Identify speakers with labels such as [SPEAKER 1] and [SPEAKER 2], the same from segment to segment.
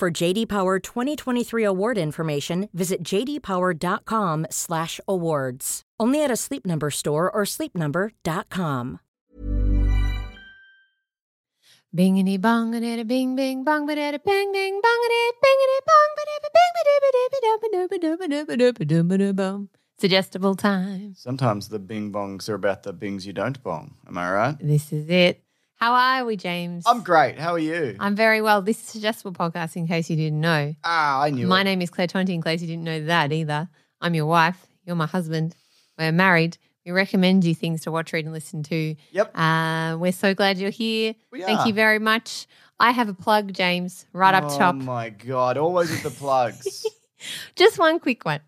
[SPEAKER 1] For JD Power 2023 award information, visit jdpower.com/awards. Only at a Sleep Number store or sleepnumber.com.
[SPEAKER 2] Bingity bong a bing bing bong ba da bang bing bong a bingity bong ba da bing ba da ba da ba da bum. Suggestible time.
[SPEAKER 3] Sometimes the bing bongs are about the bings you don't bong. Am I right?
[SPEAKER 2] This is it. How are we, James?
[SPEAKER 3] I'm great. How are you?
[SPEAKER 2] I'm very well. This is Suggestible Podcast, in case you didn't know.
[SPEAKER 3] ah, I knew
[SPEAKER 2] My
[SPEAKER 3] it.
[SPEAKER 2] name is Claire Tonti, in case you didn't know that either. I'm your wife. You're my husband. We're married. We recommend you things to watch, read, and listen to.
[SPEAKER 3] Yep.
[SPEAKER 2] Uh, we're so glad you're here.
[SPEAKER 3] We
[SPEAKER 2] Thank
[SPEAKER 3] are.
[SPEAKER 2] you very much. I have a plug, James, right up top.
[SPEAKER 3] Oh my god! Always with the plugs.
[SPEAKER 2] Just one quick one.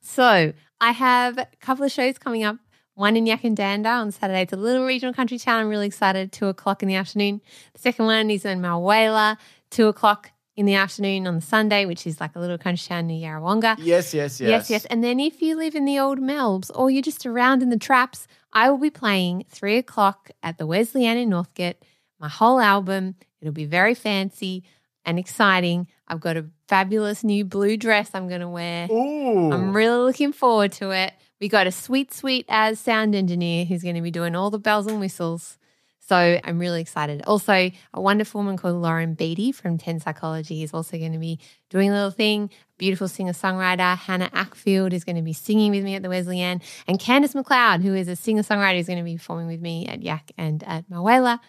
[SPEAKER 2] So I have a couple of shows coming up. One in Yakandanda on Saturday. It's a little regional country town. I'm really excited. Two o'clock in the afternoon. The second one is in Malwala. Two o'clock in the afternoon on the Sunday, which is like a little country town near Yarrawonga.
[SPEAKER 3] yes, yes, yes.
[SPEAKER 2] Yes, yes. And then if you live in the old Melbs or you're just around in the traps, I will be playing three o'clock at the Wesleyan in Northgate, my whole album. It'll be very fancy and exciting. I've got a fabulous new blue dress I'm going to wear.
[SPEAKER 3] Ooh.
[SPEAKER 2] I'm really looking forward to it. We got a sweet, sweet as sound engineer who's going to be doing all the bells and whistles. So I'm really excited. Also, a wonderful woman called Lauren Beatty from 10 Psychology is also going to be doing a little thing. Beautiful singer songwriter Hannah Ackfield is going to be singing with me at the Wesleyan. And Candice McLeod, who is a singer songwriter, is going to be performing with me at Yak and at Mawela.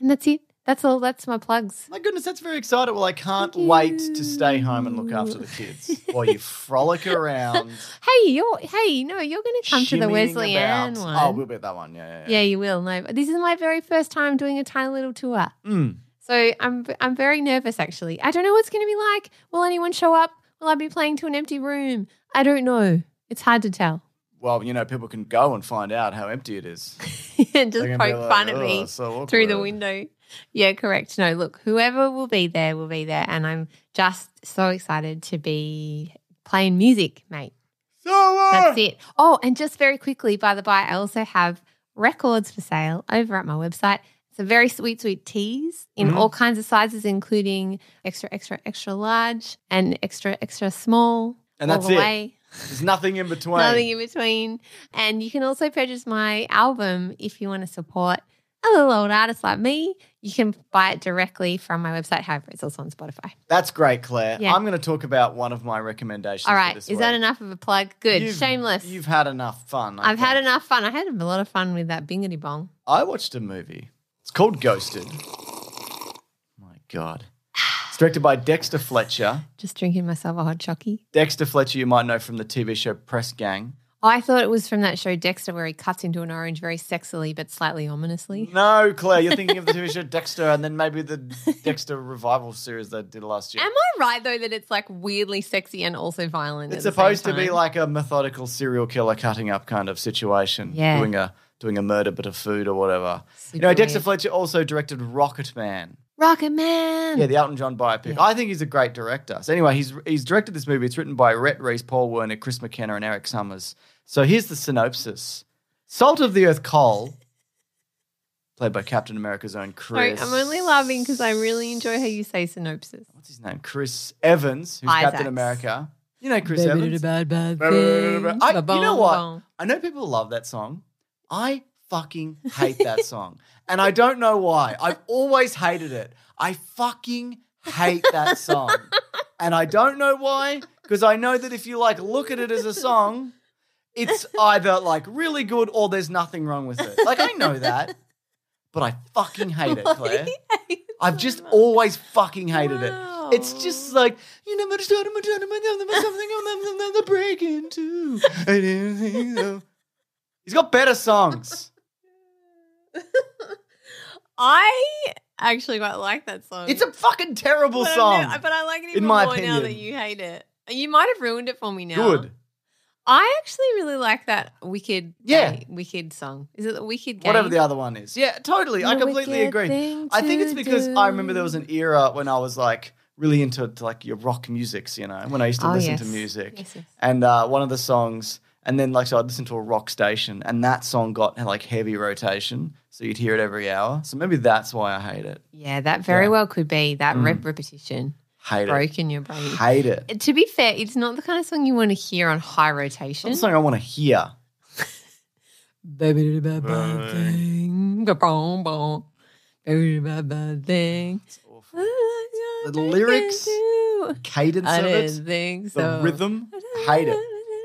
[SPEAKER 2] And that's it. That's all. That's my plugs.
[SPEAKER 3] my goodness, that's very exciting. Well, I can't
[SPEAKER 2] Thank
[SPEAKER 3] wait
[SPEAKER 2] you.
[SPEAKER 3] to stay home and look after the kids while you frolic around.
[SPEAKER 2] Hey, you're, hey, no, you're going to come to the
[SPEAKER 3] shimmying
[SPEAKER 2] Wesleyan
[SPEAKER 3] about.
[SPEAKER 2] one.
[SPEAKER 3] Oh, we'll be at that one. Yeah,
[SPEAKER 2] Yeah,
[SPEAKER 3] yeah.
[SPEAKER 2] you will. No, but this is my very first time doing a tiny little tour,
[SPEAKER 3] yeah. Mm.
[SPEAKER 2] so I'm I'm very nervous actually. I don't know what's going to be like. Will anyone show up? Will I be playing to an empty room? I don't know. It's hard to tell.
[SPEAKER 3] Well, you know, people can go and find out how empty it is.
[SPEAKER 2] Just poke
[SPEAKER 3] They can be like,
[SPEAKER 2] fun at
[SPEAKER 3] "Oh,
[SPEAKER 2] me
[SPEAKER 3] so
[SPEAKER 2] through the
[SPEAKER 3] awkward."
[SPEAKER 2] window. Yeah, correct. No, look, whoever will be there will be there, and I'm just so excited to be playing music, mate.
[SPEAKER 3] So uh,
[SPEAKER 2] That's it. Oh, and just very quickly, by the by, I also have records for sale over at my website. It's a very sweet, sweet teas in
[SPEAKER 3] Mhm.
[SPEAKER 2] all kinds of sizes, including extra, extra, extra large and extra, extra small.
[SPEAKER 3] And
[SPEAKER 2] all
[SPEAKER 3] that's
[SPEAKER 2] the
[SPEAKER 3] it.
[SPEAKER 2] way.
[SPEAKER 3] There's nothing in between.
[SPEAKER 2] Nothing in between. And you can also purchase my album if you want to support a little old artist like me. You can buy it directly from my website. However, it's also on Spotify.
[SPEAKER 3] That's great, Claire.
[SPEAKER 2] Yeah.
[SPEAKER 3] I'm going to talk about one of my recommendations.
[SPEAKER 2] All
[SPEAKER 3] for
[SPEAKER 2] right.
[SPEAKER 3] this
[SPEAKER 2] Is that
[SPEAKER 3] week.
[SPEAKER 2] enough of a plug? Good.
[SPEAKER 3] You've-
[SPEAKER 2] Shameless.
[SPEAKER 3] You've had enough fun. I
[SPEAKER 2] I've had
[SPEAKER 3] think.
[SPEAKER 2] enough fun. I had a lot of fun with that bingity bong.
[SPEAKER 3] I watched a movie. It's called Ghosted. My God. It's directed by Dexter Fletcher.
[SPEAKER 2] Just drinking myself a hot chockey.
[SPEAKER 3] Dexter Fletcher, you might know from the TV show Press Gang.
[SPEAKER 2] I thought it was from that show Dexter where he cuts into an orange very sexily but slightly ominously.
[SPEAKER 3] No, Claire, you're thinking of the TV show Dexter and then maybe the Dexter revival series they did last year.
[SPEAKER 2] Am I right though that it's like weirdly sexy and also violent?
[SPEAKER 3] it's
[SPEAKER 2] at the same
[SPEAKER 3] supposed to be
[SPEAKER 2] time?
[SPEAKER 3] like a methodical serial killer cutting up kind of situation.
[SPEAKER 2] Yeah.
[SPEAKER 3] Doing a doing a murder bit of food or whatever. you
[SPEAKER 2] Super
[SPEAKER 3] know, Dexter
[SPEAKER 2] weird.
[SPEAKER 3] Fletcher also directed Rocket Man.
[SPEAKER 2] Rocket Man.
[SPEAKER 3] Yeah, the Elton John biopic. I think he's a great director. So anyway, he's he's directed this movie. It's written by Rhett Reese, Paul Werner, Chris McKenna, and Eric Summers. So here's the synopsis: Salt of the Earth Cole, played by Captain America's own
[SPEAKER 2] Sorry,
[SPEAKER 3] Chris.
[SPEAKER 2] I'm only laughing because I really enjoy how you say synopsis.
[SPEAKER 3] What's his name? Chris Evans, who's
[SPEAKER 2] Isaacs.
[SPEAKER 3] Captain America. You know Chris Evans. I,
[SPEAKER 2] I,
[SPEAKER 3] you know what? I know people love that song. I fucking hate that song. And I don't know why. I've always hated it. I fucking hate that song. And I don't know why, because I know that if you like look at it as a song, it's either like really good or there's nothing wrong with it. Like I know that, but I fucking hate it, Claire. I've just always fucking hated it. It's just like you never understood him, understood him, understood him, something on them, them, them, break into. I didn't think so. He's got better songs.
[SPEAKER 2] I actually quite like that song.
[SPEAKER 3] It's a fucking terrible
[SPEAKER 2] but I
[SPEAKER 3] song.
[SPEAKER 2] know- but I like it even
[SPEAKER 3] in my
[SPEAKER 2] more now that
[SPEAKER 3] opinion.
[SPEAKER 2] you hate it. You might have ruined it for me now.
[SPEAKER 3] Good.
[SPEAKER 2] I actually really like that Wicked.
[SPEAKER 3] Yeah.
[SPEAKER 2] Gay- wicked song. Is it the Wicked? Game?
[SPEAKER 3] Whatever the other one is. Yeah, totally. I completely agree. I think it's because I remember there was an era when I was like really into to, like your rock musics, you know, when I used to
[SPEAKER 2] Oh,
[SPEAKER 3] listen to
[SPEAKER 2] yes.
[SPEAKER 3] music.
[SPEAKER 2] Yes, yes.
[SPEAKER 3] And uh, one of the songs, and then like so I'd listen to a rock station, and that song got like heavy rotation, so you'd hear it every hour. So maybe that's why I hate it.
[SPEAKER 2] Yeah, that very
[SPEAKER 3] Yeah.
[SPEAKER 2] well could be that rep- repetition
[SPEAKER 3] Hate it.
[SPEAKER 2] broken your brain.
[SPEAKER 3] Hate it.
[SPEAKER 2] to be fair, it's not the kind of song you want to hear on high rotation.
[SPEAKER 3] It's something I want to hear.
[SPEAKER 2] Baby da ba ba thing, ga bong bong. Baby da ba ba thing.
[SPEAKER 3] The lyrics,
[SPEAKER 2] I
[SPEAKER 3] Cadence of
[SPEAKER 2] didn't
[SPEAKER 3] it,
[SPEAKER 2] think
[SPEAKER 3] the
[SPEAKER 2] so.
[SPEAKER 3] rhythm. Hate it.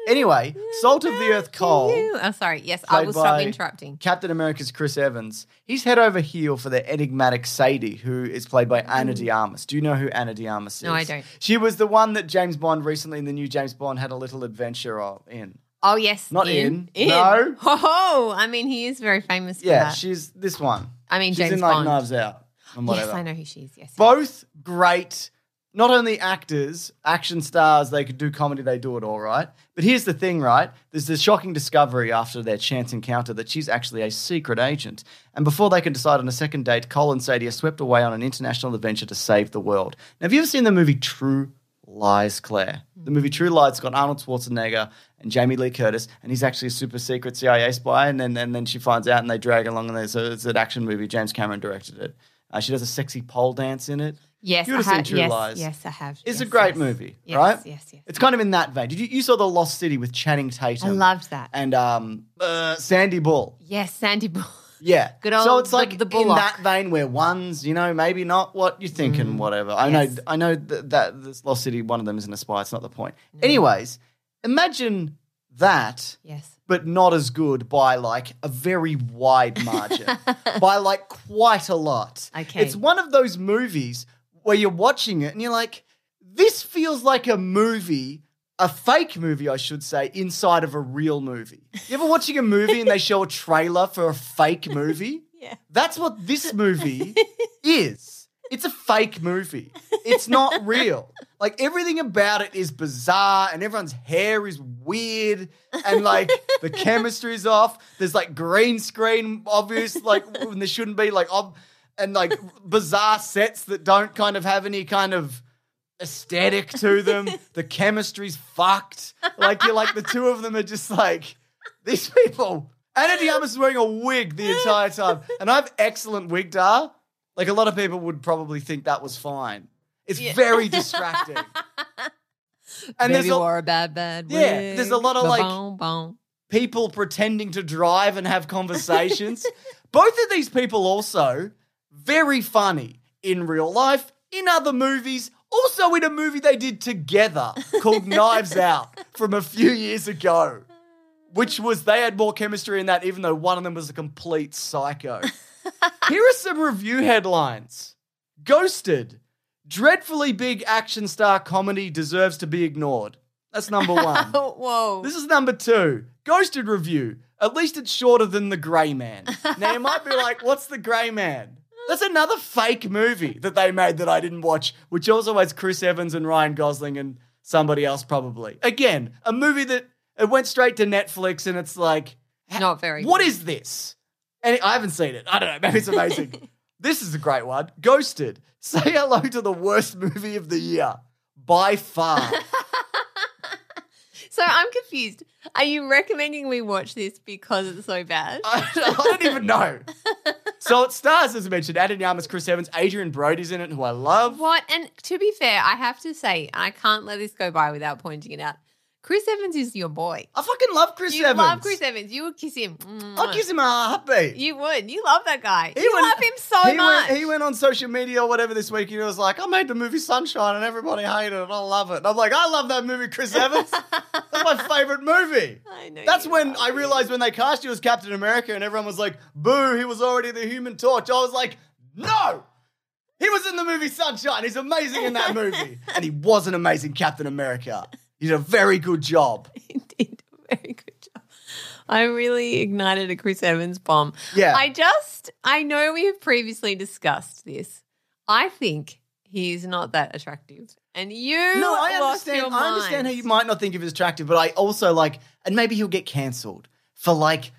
[SPEAKER 3] Anyway, Salt of the Earth Coal.
[SPEAKER 2] Oh, sorry. Yes, I
[SPEAKER 3] played
[SPEAKER 2] will stop
[SPEAKER 3] by-
[SPEAKER 2] interrupting.
[SPEAKER 3] Captain America's Chris Evans, he's head over heel for the enigmatic Sadie, who is played by Anna Diarmas. Do you know who Anna Diarmas is?
[SPEAKER 2] No, I don't.
[SPEAKER 3] She was the one that James Bond recently in the new James Bond had a little adventure of, in.
[SPEAKER 2] Oh yes,
[SPEAKER 3] Not
[SPEAKER 2] in.
[SPEAKER 3] in. No.
[SPEAKER 2] Oh, I mean he is very famous. For
[SPEAKER 3] Yeah,
[SPEAKER 2] that.
[SPEAKER 3] she's this one.
[SPEAKER 2] Uh-huh. I mean
[SPEAKER 3] She's
[SPEAKER 2] James
[SPEAKER 3] in like
[SPEAKER 2] Bond.
[SPEAKER 3] Knives Out and whatever.
[SPEAKER 2] yes, I know who she is. Yes.
[SPEAKER 3] Both great, not only actors, action stars, they could do comedy, they do it all right. But here's the thing, right? There's this shocking discovery after their chance encounter that she's actually a secret agent. And before they can decide on a second date, Cole and Sadie are swept away on an international adventure to save the world. Now, have you ever seen the movie True Lies, Claire? The movie True Lies has got Arnold Schwarzenegger and Jamie Lee Curtis, and he's actually a super secret CIA spy. And then, and then she finds out and they drag along, and they, so it's an action movie. James Cameron directed it. Uh, she does a sexy pole dance in it.
[SPEAKER 2] yes,
[SPEAKER 3] you
[SPEAKER 2] I
[SPEAKER 3] would've seen
[SPEAKER 2] have.
[SPEAKER 3] True
[SPEAKER 2] yes,
[SPEAKER 3] Lies.
[SPEAKER 2] yes, I have.
[SPEAKER 3] It's a
[SPEAKER 2] Yes,
[SPEAKER 3] great
[SPEAKER 2] yes.
[SPEAKER 3] movie,
[SPEAKER 2] Yes,
[SPEAKER 3] right?
[SPEAKER 2] Yes, yes.
[SPEAKER 3] It's kind of in that vein. Did you, you saw The Lost City with Channing Tatum?
[SPEAKER 2] I loved that.
[SPEAKER 3] and um, uh, Sandy Bull.
[SPEAKER 2] yes, Sandy Bull.
[SPEAKER 3] Yeah,
[SPEAKER 2] Good
[SPEAKER 3] so
[SPEAKER 2] old
[SPEAKER 3] it's like
[SPEAKER 2] the- the
[SPEAKER 3] in
[SPEAKER 2] Bullock.
[SPEAKER 3] that vein where ones, you know, maybe not what you think and whatever. I
[SPEAKER 2] Yes.
[SPEAKER 3] know, I know that, that this Lost City, one of them isn't a spy. It's not the point.
[SPEAKER 2] Mm.
[SPEAKER 3] Anyways, imagine that,
[SPEAKER 2] Yes.
[SPEAKER 3] but not as good by like a very wide margin, by like quite a lot.
[SPEAKER 2] Okay.
[SPEAKER 3] it's one of those movies where you're watching it and you're like, this feels like a movie, a fake movie, I should say, inside of a real movie. You ever watching a movie and they show a trailer for a fake movie?
[SPEAKER 2] Yeah.
[SPEAKER 3] That's what this movie is. It's a fake movie. It's not real. Like everything about it is bizarre and everyone's hair is weird and like the chemistry's off. There's like green screen obvious like when there shouldn't be like ob- and like bizarre sets that don't kind of have any kind of aesthetic to them. the chemistry's fucked. Like you're like the two of them are just like these people. Anna Diarmas is wearing a wig the entire time, and I have excellent wig dar. Like a lot of people would probably think that was fine. It's
[SPEAKER 2] Yeah.
[SPEAKER 3] very distracting. and
[SPEAKER 2] Baby
[SPEAKER 3] there's a,
[SPEAKER 2] wore a bad, bad.
[SPEAKER 3] Yeah,
[SPEAKER 2] wig.
[SPEAKER 3] there's a lot of, like-
[SPEAKER 2] Ba-bong, bong.
[SPEAKER 3] people pretending to drive and have conversations. Both of these people also very funny in real life, in other movies, also in a movie they did together called Knives Out from a few years ago, which was they had more chemistry in that, even though one of them was a complete psycho. Here are some review headlines Ghosted. Dreadfully big action star comedy deserves to be ignored. That's number one.
[SPEAKER 2] Oh, whoa.
[SPEAKER 3] This is number two. Ghosted review. At least it's shorter than The Grey Man. Now you might be like, what's The Grey Man? That's another fake movie that they made that I didn't watch, which also has Chris Evans and Ryan Gosling and somebody else probably. Again, a movie that it went straight to Netflix and it's like,
[SPEAKER 2] Not very
[SPEAKER 3] What
[SPEAKER 2] good.
[SPEAKER 3] is this? And I haven't seen it. I don't know. Maybe it's amazing. this is a great one. Ghosted. Say hello to the worst movie of the year by far.
[SPEAKER 2] So I'm confused. Are you recommending we watch this because it's so bad?
[SPEAKER 3] I, I don't even know. So it stars, as I mentioned, Adam Yamas, Chris Evans, Adrian Brody's in it, who I love.
[SPEAKER 2] What? And to be fair, I have to say, I can't let this go by without pointing it out. Chris Evans is your boy.
[SPEAKER 3] I fucking love Chris
[SPEAKER 2] you
[SPEAKER 3] Evans.
[SPEAKER 2] love Chris Evans. You would kiss him. Mm.
[SPEAKER 3] I'll kiss him a heartbeat.
[SPEAKER 2] You would. You love that guy.
[SPEAKER 3] He
[SPEAKER 2] you
[SPEAKER 3] went-
[SPEAKER 2] love him so
[SPEAKER 3] he,
[SPEAKER 2] much.
[SPEAKER 3] Went, he went on social media or whatever this week and he was like, I made the movie Sunshine and everybody hated it and I love it. And I'm like, I love that movie, Chris Evans. That's my favorite movie.
[SPEAKER 2] I know
[SPEAKER 3] That's
[SPEAKER 2] you
[SPEAKER 3] when
[SPEAKER 2] love
[SPEAKER 3] I
[SPEAKER 2] him.
[SPEAKER 3] realized when they cast you as Captain America and everyone was like, boo, he was already the human torch. I was like, no! He was in the movie Sunshine. He's amazing in that movie. and he was an amazing Captain America. He did a very good job.
[SPEAKER 2] He did a very good job. I really ignited a Chris Evans bomb.
[SPEAKER 3] Yeah.
[SPEAKER 2] I just, I know we have previously discussed this. I think he's not that attractive. And you
[SPEAKER 3] no, I
[SPEAKER 2] lost your
[SPEAKER 3] understand. I understand how
[SPEAKER 2] mind.
[SPEAKER 3] you might not think of it as attractive, but I also like, and maybe he'll get cancelled for like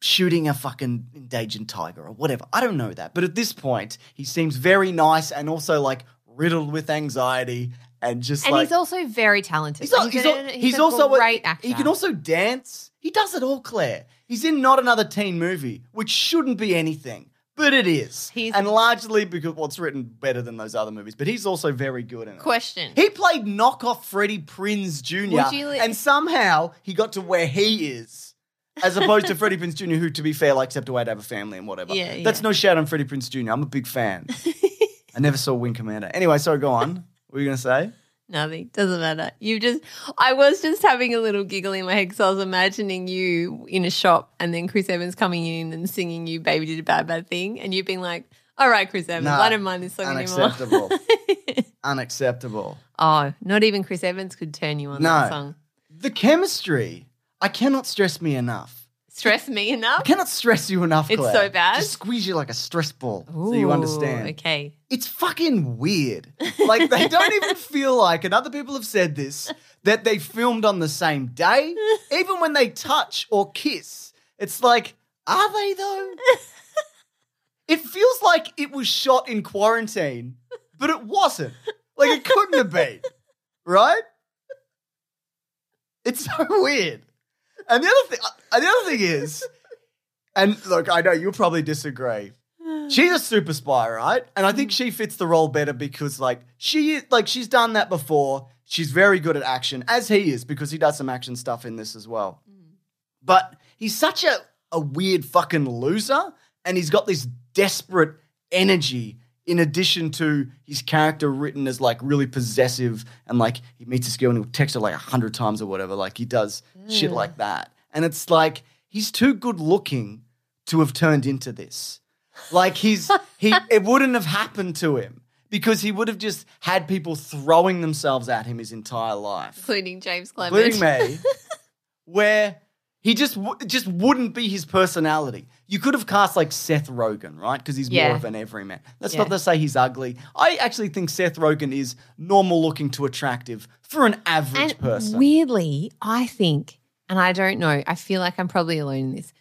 [SPEAKER 3] shooting a fucking endangered tiger or whatever. I don't know that, but at this point, he seems very nice and also like riddled with anxiety and just
[SPEAKER 2] And
[SPEAKER 3] like
[SPEAKER 2] he's also very talented.
[SPEAKER 3] He's, al-
[SPEAKER 2] Like,
[SPEAKER 3] he's, al-
[SPEAKER 2] a-
[SPEAKER 3] he's
[SPEAKER 2] a
[SPEAKER 3] also a-
[SPEAKER 2] great actor.
[SPEAKER 3] He can also dance. He does it all, Claire. He's in not another teen movie, which shouldn't be anything, but it is,
[SPEAKER 2] He's-
[SPEAKER 3] and largely because what's written better than those other movies. But he's also very good in it.
[SPEAKER 2] question.
[SPEAKER 3] He played knockoff Freddie Prinz Jr.
[SPEAKER 2] Would you li-
[SPEAKER 3] and somehow he got to where he is, as opposed to Freddie Prinz Jr., who, to be fair, like stepped away to have a family and whatever.
[SPEAKER 2] Yeah,
[SPEAKER 3] That's
[SPEAKER 2] yeah.
[SPEAKER 3] no shout on Freddie Prinz Jr. I'm a big fan. I never saw Wing Commander. Anyway, sorry, go on. What were you going to say?
[SPEAKER 2] Nothing. Doesn't matter. You just I was just having a little giggle in my head because I was imagining you in a shop and then Chris Evans coming in and singing you Baby Did a Bad Bad Thing and you being like, All right, Chris Evans,
[SPEAKER 3] Nah,
[SPEAKER 2] I don't mind this song anymore.
[SPEAKER 3] Unacceptable. Unacceptable.
[SPEAKER 2] oh, not even Chris Evans could turn you on
[SPEAKER 3] No.
[SPEAKER 2] that song.
[SPEAKER 3] The chemistry. I cannot stress me enough.
[SPEAKER 2] Stress me
[SPEAKER 3] I
[SPEAKER 2] enough.
[SPEAKER 3] cannot stress you enough.
[SPEAKER 2] It's
[SPEAKER 3] Claire.
[SPEAKER 2] so bad?
[SPEAKER 3] Just squeeze you like a stress ball, so you understand.
[SPEAKER 2] Ooh, Okay.
[SPEAKER 3] it's fucking weird. Like they don't even feel like, and other people have said this, that they filmed on the same day. Even when they touch or kiss, it's like, are they though? It feels like it was shot in quarantine, but it wasn't. Like it couldn't have been, right? It's so weird. And the other thing, and the other thing is, and look, I know you'll probably disagree. She's a super spy, right? And I think she fits the role better because, like, she is like she's done that before. She's very good at action, as he is, because he does some action stuff in this as well. But he's such a, a weird fucking loser, and he's got this desperate energy. In addition to his character written as like really possessive, and like he meets this girl and he'll text her like a hundred times or whatever. Like he does shit like that, and it's like he's too good looking to have turned into this. Like he's he it wouldn't have happened to him because he would have just had people throwing themselves at him his entire life,
[SPEAKER 2] Including James Clement.
[SPEAKER 3] including me, where he just w- it just wouldn't be his personality. You could have cast like Seth Rogen, right? Because he's
[SPEAKER 2] Yeah.
[SPEAKER 3] more of an everyman. That's
[SPEAKER 2] Yeah.
[SPEAKER 3] not to say he's ugly. I actually think Seth Rogen is normal looking to attractive for an average
[SPEAKER 2] and
[SPEAKER 3] person.
[SPEAKER 2] Weirdly, I think, and I don't know, I feel like I'm probably alone in this.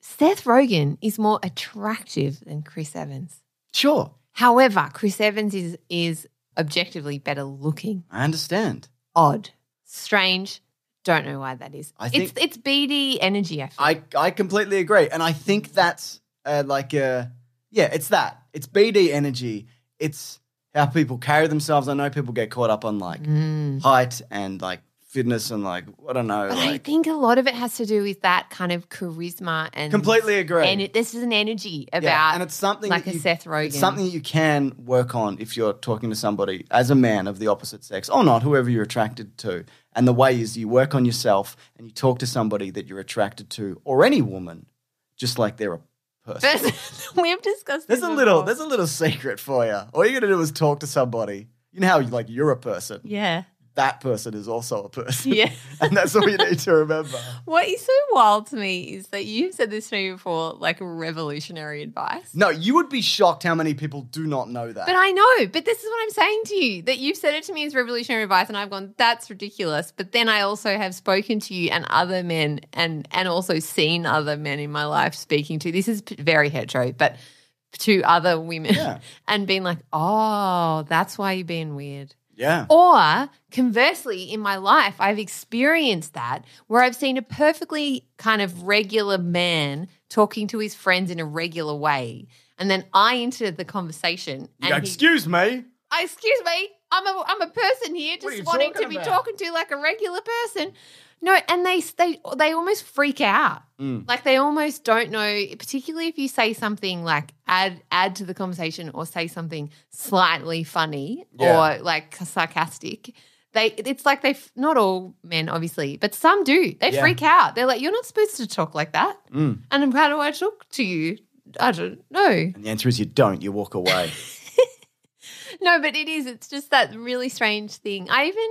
[SPEAKER 2] Seth Rogen is more attractive than Chris Evans.
[SPEAKER 3] sure,
[SPEAKER 2] However, Chris Evans is is objectively better looking.
[SPEAKER 3] I understand.
[SPEAKER 2] Odd, strange. Don't know why that is.
[SPEAKER 3] I think-
[SPEAKER 2] it's it's BD energy. I feel.
[SPEAKER 3] I I completely agree, and I think that's uh, like uh, yeah, it's that. It's BD energy. It's how people carry themselves. I know people get caught up on like
[SPEAKER 2] Mm.
[SPEAKER 3] height and like fitness and like I don't know.
[SPEAKER 2] But I
[SPEAKER 3] Like,
[SPEAKER 2] think a lot of it has to do with that kind of charisma and
[SPEAKER 3] completely agree.
[SPEAKER 2] And it, this is an energy about
[SPEAKER 3] yeah, and it's something
[SPEAKER 2] like
[SPEAKER 3] that
[SPEAKER 2] a
[SPEAKER 3] you,
[SPEAKER 2] Seth Rogen.
[SPEAKER 3] It's something that you can work on if you're talking to somebody as a man of the opposite sex or not, whoever you're attracted to. And the way is you work on yourself and you talk to somebody that you're attracted to or any woman, just like they're a person.
[SPEAKER 2] we have discussed.
[SPEAKER 3] There's
[SPEAKER 2] this
[SPEAKER 3] a little,
[SPEAKER 2] before.
[SPEAKER 3] there's a little secret for you. All you're gonna do is talk to somebody. You know how like you're a person.
[SPEAKER 2] yeah,
[SPEAKER 3] That person is also a person.
[SPEAKER 2] yeah.
[SPEAKER 3] and that's all you need to remember.
[SPEAKER 2] What is so wild to me is that you've said this to me before, like revolutionary advice.
[SPEAKER 3] No, you would be shocked how many people do not know that.
[SPEAKER 2] But I know, but this is what I'm saying to you that you've said it to me as revolutionary advice, and I've gone, that's ridiculous. But then I also have spoken to you and other men, and and also seen other men in my life speaking to this is p- very hetero, but to other women,
[SPEAKER 3] Yeah.
[SPEAKER 2] and being like, oh, that's why you're being weird.
[SPEAKER 3] yeah.
[SPEAKER 2] Oh, Or conversely, in my life, I've experienced that where I've seen a perfectly kind of regular man talking to his friends in a regular way. And then I enter the conversation. And
[SPEAKER 3] Yeah,
[SPEAKER 2] he-
[SPEAKER 3] Excuse me.
[SPEAKER 2] "Oh, excuse me, I'm a, I'm a person here
[SPEAKER 3] What are
[SPEAKER 2] just
[SPEAKER 3] you
[SPEAKER 2] wanting to
[SPEAKER 3] talking
[SPEAKER 2] be
[SPEAKER 3] about?"
[SPEAKER 2] talking to like a regular person. No, and they, they, they almost freak out.
[SPEAKER 3] Mm.
[SPEAKER 2] Like they almost don't know, particularly if you say something like add add to the conversation or say something slightly funny
[SPEAKER 3] Yeah.
[SPEAKER 2] or like sarcastic. They it's like they f- not all men obviously, but some do. They
[SPEAKER 3] Yeah.
[SPEAKER 2] freak out. They're like, "You're not supposed to talk like that."
[SPEAKER 3] Mm.
[SPEAKER 2] And how do I talk to you? I don't know.
[SPEAKER 3] And the answer is you don't, you walk away.
[SPEAKER 2] No, but it is. It's just that really strange thing. I even,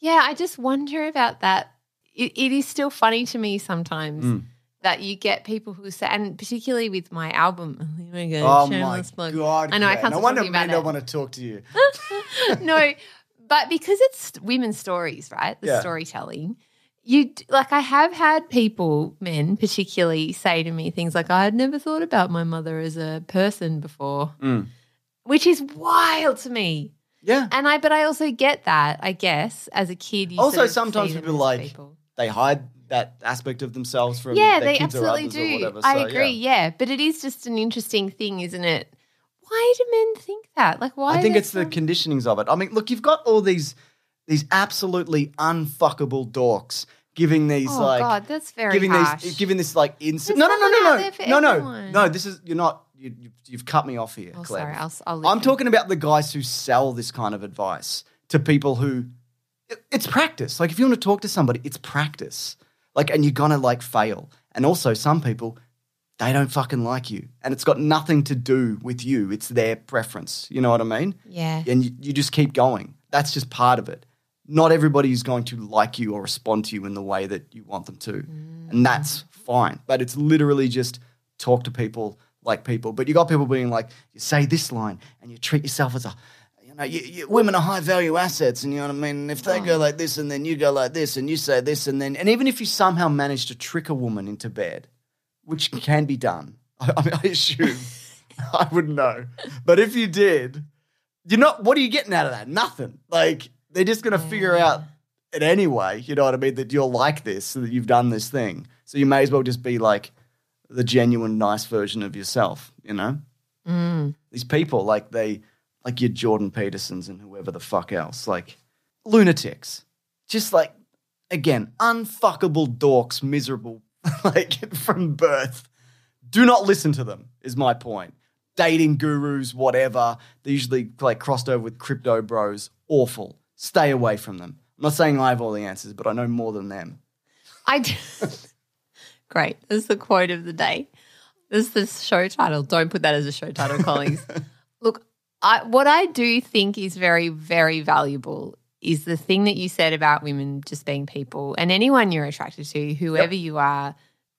[SPEAKER 2] yeah, I just wonder about that. It, it is still funny to me sometimes
[SPEAKER 3] Mm.
[SPEAKER 2] that you get people who say, and particularly with my album. Oh my
[SPEAKER 3] Oh
[SPEAKER 2] god!
[SPEAKER 3] my
[SPEAKER 2] shameless plug.
[SPEAKER 3] god!
[SPEAKER 2] I know, I
[SPEAKER 3] Claire.
[SPEAKER 2] can't
[SPEAKER 3] No
[SPEAKER 2] stop
[SPEAKER 3] wonder
[SPEAKER 2] talking about
[SPEAKER 3] men don't
[SPEAKER 2] it.
[SPEAKER 3] want to talk to you.
[SPEAKER 2] no, but because it's women's stories, right? The
[SPEAKER 3] Yeah.
[SPEAKER 2] storytelling. You d- like I have had people, men particularly, say to me things like, "I had never thought about my mother as a person before,"
[SPEAKER 3] Mm.
[SPEAKER 2] which is wild to me.
[SPEAKER 3] Yeah,
[SPEAKER 2] And I, but I also get that. I guess as a kid, you
[SPEAKER 3] Also,
[SPEAKER 2] sort of
[SPEAKER 3] sometimes
[SPEAKER 2] see them
[SPEAKER 3] people
[SPEAKER 2] as
[SPEAKER 3] like-
[SPEAKER 2] people.
[SPEAKER 3] they hide that aspect of themselves from
[SPEAKER 2] yeah,
[SPEAKER 3] their
[SPEAKER 2] they
[SPEAKER 3] kids
[SPEAKER 2] absolutely
[SPEAKER 3] or others
[SPEAKER 2] do.
[SPEAKER 3] or whatever.
[SPEAKER 2] I
[SPEAKER 3] So,
[SPEAKER 2] agree.
[SPEAKER 3] Yeah.
[SPEAKER 2] Yeah. but it is just an interesting thing, isn't it? Why do men think that? Like, why?
[SPEAKER 3] I think
[SPEAKER 2] they
[SPEAKER 3] it's the
[SPEAKER 2] feel-
[SPEAKER 3] conditionings of it. I mean, look, you've got all these these absolutely unfuckable dorks giving these
[SPEAKER 2] oh
[SPEAKER 3] like
[SPEAKER 2] god, that's very
[SPEAKER 3] giving
[SPEAKER 2] harsh.
[SPEAKER 3] these giving this like instant.
[SPEAKER 2] There's
[SPEAKER 3] No, no, no,
[SPEAKER 2] someone out
[SPEAKER 3] no,
[SPEAKER 2] there for
[SPEAKER 3] no, no, no,
[SPEAKER 2] everyone.
[SPEAKER 3] no. This is you're not. You, you, you've cut me off here,
[SPEAKER 2] oh,
[SPEAKER 3] Claire.
[SPEAKER 2] sorry, I'll, I'll
[SPEAKER 3] I'm
[SPEAKER 2] listen.
[SPEAKER 3] talking about the guys who sell this kind of advice to people who it- it's practice. Like if you want to talk to somebody, it's practice. Like and you're gonna like fail. And also some people they don't fucking like you. And it's got nothing to do with you. It's their preference. You know what I mean?
[SPEAKER 2] Yeah,
[SPEAKER 3] And you, you just keep going. That's just part of it. Not everybody is going to like you or respond to you in the way that you want them to. And that's fine. But it's literally just talk to people like people. But you got people being like, you say this line and you treat yourself as a, you know, you, you, women are high value assets. And you know what I mean? And if they go like this and then you go like this and you say this and then, and even if you somehow manage to trick a woman into bed, which can be done, I, I, mean, I assume, I wouldn't know. But if you did, you're not what are you getting out of that nothing like they're just going to figure out it anyway you know what i mean that you're like this so that you've done this thing so you may as well just be like the genuine nice version of yourself you know
[SPEAKER 2] Mm.
[SPEAKER 3] these people like they like your jordan petersons and whoever the fuck else like lunatics just like again unfuckable dorks miserable like from birth do not listen to them is my point dating gurus whatever they're usually like crossed over with crypto bros awful stay away from them i'm not saying i have all the answers but i know more than them
[SPEAKER 2] I. d- Great. This is the quote of the day. This is the show title. Don't put that as a show title, colleagues. Look, I, what I do think is very, very valuable is the thing that you said about women just being people and anyone you're attracted to, whoever you are,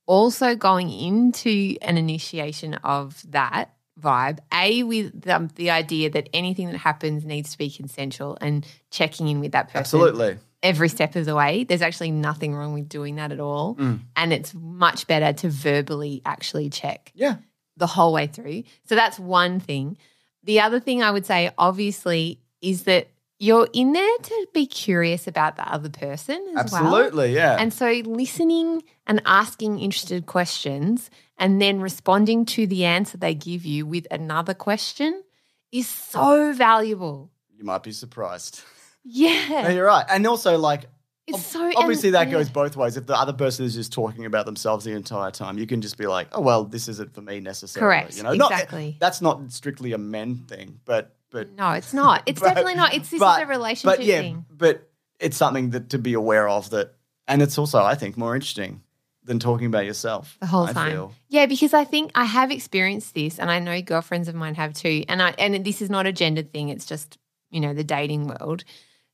[SPEAKER 2] also going into an initiation of that vibe, A, with the, the idea that anything that happens needs to be consensual and checking in with that person
[SPEAKER 3] absolutely
[SPEAKER 2] every step of the way. There's actually nothing wrong with doing that at all.
[SPEAKER 3] Mm.
[SPEAKER 2] And it's much better to verbally actually check
[SPEAKER 3] yeah
[SPEAKER 2] the whole way through. So that's one thing. The other thing I would say, obviously, is that you're in there to be curious about the other person as well.
[SPEAKER 3] absolutely yeah
[SPEAKER 2] And so listening and asking interested questions and then responding to the answer they give you with another question is so valuable.
[SPEAKER 3] you might be surprised no,
[SPEAKER 2] Yeah.
[SPEAKER 3] you're right and also like
[SPEAKER 2] It's so and-
[SPEAKER 3] Obviously, that
[SPEAKER 2] yeah.
[SPEAKER 3] goes both ways. If the other person is just talking about themselves the entire time, you can just be like, "Oh well, this isn't for me necessarily."
[SPEAKER 2] Correct.
[SPEAKER 3] You know, Not-
[SPEAKER 2] exactly.
[SPEAKER 3] that's not strictly a men thing, but but
[SPEAKER 2] no, it's not. It's
[SPEAKER 3] But-
[SPEAKER 2] definitely not. It's this
[SPEAKER 3] but-
[SPEAKER 2] is a relationship
[SPEAKER 3] but yeah,
[SPEAKER 2] thing.
[SPEAKER 3] but it's something that to be aware of. That and it's also, I think, more interesting than talking about yourself
[SPEAKER 2] The whole
[SPEAKER 3] I
[SPEAKER 2] time.
[SPEAKER 3] feel.
[SPEAKER 2] Yeah, because I think I have experienced this and I know girlfriends of mine have too. And I and this is not a gender thing, it's just, you know, the dating world.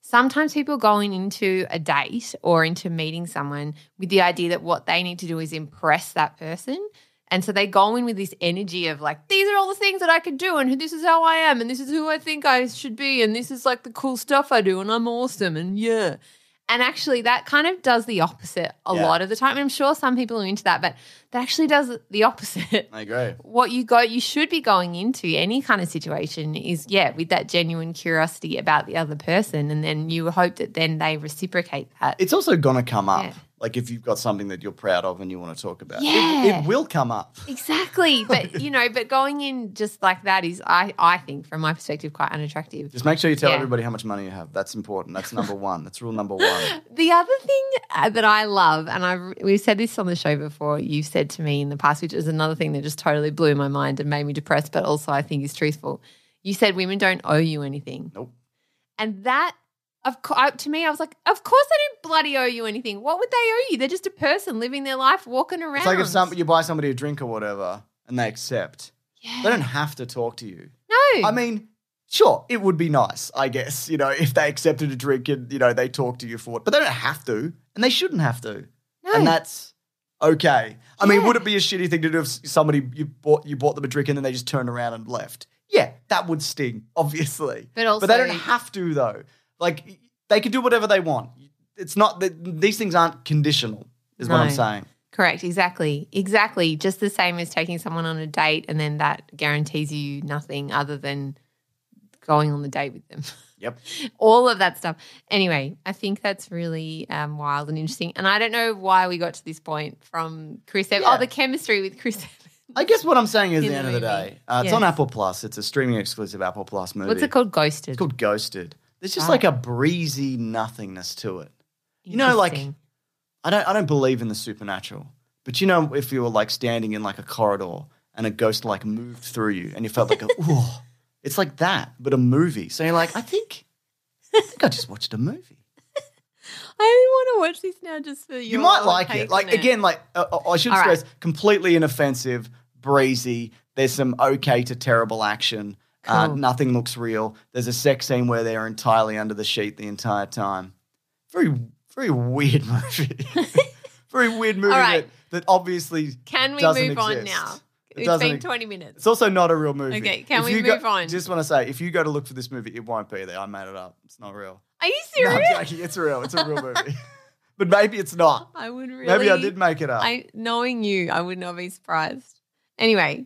[SPEAKER 2] Sometimes people going into a date or into meeting someone with the idea that what they need to do is impress that person. And so they go in with this energy of like, these are all the things that I can do, and this is how I am, and this is who I think I should be, and this is like the cool stuff I do, and I'm awesome, and yeah. And actually, that kind of does the opposite a
[SPEAKER 3] Yeah.
[SPEAKER 2] lot of the time. I'm sure some people are into that, but that actually does the opposite.
[SPEAKER 3] I agree.
[SPEAKER 2] What you go, you should be going into any kind of situation is, yeah, with that genuine curiosity about the other person. And then you hope that then they reciprocate that.
[SPEAKER 3] It's also gonna come up.
[SPEAKER 2] Yeah.
[SPEAKER 3] Like if you've got something that you're proud of and you want to talk about, It-
[SPEAKER 2] Yeah.
[SPEAKER 3] it will come up.
[SPEAKER 2] exactly. But, you know, but going in just like that is, I, I think, from my perspective, quite unattractive.
[SPEAKER 3] Just make sure you tell
[SPEAKER 2] Yeah.
[SPEAKER 3] everybody how much money you have. That's important. That's number one. That's rule number one.
[SPEAKER 2] The other thing uh, that I love, and I we've said this on the show before, you've said to me in the past, which is another thing that just totally blew my mind and made me depressed, but also I think is truthful. You said women don't owe you anything.
[SPEAKER 3] Nope.
[SPEAKER 2] And that, of co- I- to me, I was like, of course they don't bloody owe you anything. What would they owe you? They're just a person living their life, walking around.
[SPEAKER 3] It's like if some, you buy somebody a drink or whatever and they accept,
[SPEAKER 2] yeah.
[SPEAKER 3] they don't have to talk to you.
[SPEAKER 2] no.
[SPEAKER 3] I mean, sure, it would be nice, I guess, you know, if they accepted a drink and, you know, they talk to you for it, but they don't have to and they shouldn't have to.
[SPEAKER 2] no.
[SPEAKER 3] And that's okay. I mean,
[SPEAKER 2] Yeah.
[SPEAKER 3] would it be a shitty thing to do if somebody you bought you bought them a drink and then they just turned around and left? Yeah, that would sting, obviously.
[SPEAKER 2] But also,
[SPEAKER 3] but they don't have to though. Like they can do whatever they want. It's not that these things aren't conditional. Is what I'm
[SPEAKER 2] No.
[SPEAKER 3] saying.
[SPEAKER 2] correct, exactly, exactly. Just the same as taking someone on a date, and then that guarantees you nothing other than going on the date with them.
[SPEAKER 3] Yep.
[SPEAKER 2] All of that stuff. Anyway, I think that's really um, wild and interesting. And I don't know why we got to this point from Chris. Evans.
[SPEAKER 3] Yeah.
[SPEAKER 2] Oh, the chemistry with Chris. Evans.
[SPEAKER 3] I guess what I'm saying is
[SPEAKER 2] In
[SPEAKER 3] the
[SPEAKER 2] the
[SPEAKER 3] end of the
[SPEAKER 2] movie.
[SPEAKER 3] day, uh, it's on
[SPEAKER 2] Yes.
[SPEAKER 3] Apple Plus. It's a streaming exclusive Apple Plus movie.
[SPEAKER 2] What's it called? Ghosted.
[SPEAKER 3] It's called Ghosted. There's just
[SPEAKER 2] Wow.
[SPEAKER 3] like a breezy nothingness to it. you know, like-
[SPEAKER 2] Interesting.
[SPEAKER 3] I don't I don't believe in the supernatural. But you know if you were like standing in like a corridor and a ghost like moved through you and you felt like a ooh it's like that, but a movie. So you're like, I think I think I just watched a movie.
[SPEAKER 2] I want to watch this now just for your
[SPEAKER 3] You might like
[SPEAKER 2] take
[SPEAKER 3] it. Like
[SPEAKER 2] on it.
[SPEAKER 3] again, like uh, uh, I should
[SPEAKER 2] All right.
[SPEAKER 3] stress, completely inoffensive, breezy. There's some okay to terrible action. Uh,
[SPEAKER 2] Cool.
[SPEAKER 3] nothing looks real. There's a sex scene where they're entirely under the sheet the entire time. Very, very weird movie. very weird movie
[SPEAKER 2] right.
[SPEAKER 3] that, that obviously
[SPEAKER 2] Can we move
[SPEAKER 3] doesn't
[SPEAKER 2] on
[SPEAKER 3] exist.
[SPEAKER 2] now?
[SPEAKER 3] It
[SPEAKER 2] It's
[SPEAKER 3] doesn't
[SPEAKER 2] been
[SPEAKER 3] ex-
[SPEAKER 2] 20 minutes.
[SPEAKER 3] it's also not a real movie.
[SPEAKER 2] Okay, can we
[SPEAKER 3] you go-
[SPEAKER 2] move on?
[SPEAKER 3] Just want to say, if you go to look for this movie, it won't be there. I made it up. It's not real.
[SPEAKER 2] Are you
[SPEAKER 3] No,
[SPEAKER 2] serious?
[SPEAKER 3] I'm joking. It's real. It's a real movie. but maybe it's not.
[SPEAKER 2] I would really.
[SPEAKER 3] Maybe I did make it up.
[SPEAKER 2] I, knowing you, I would not be surprised. Anyway,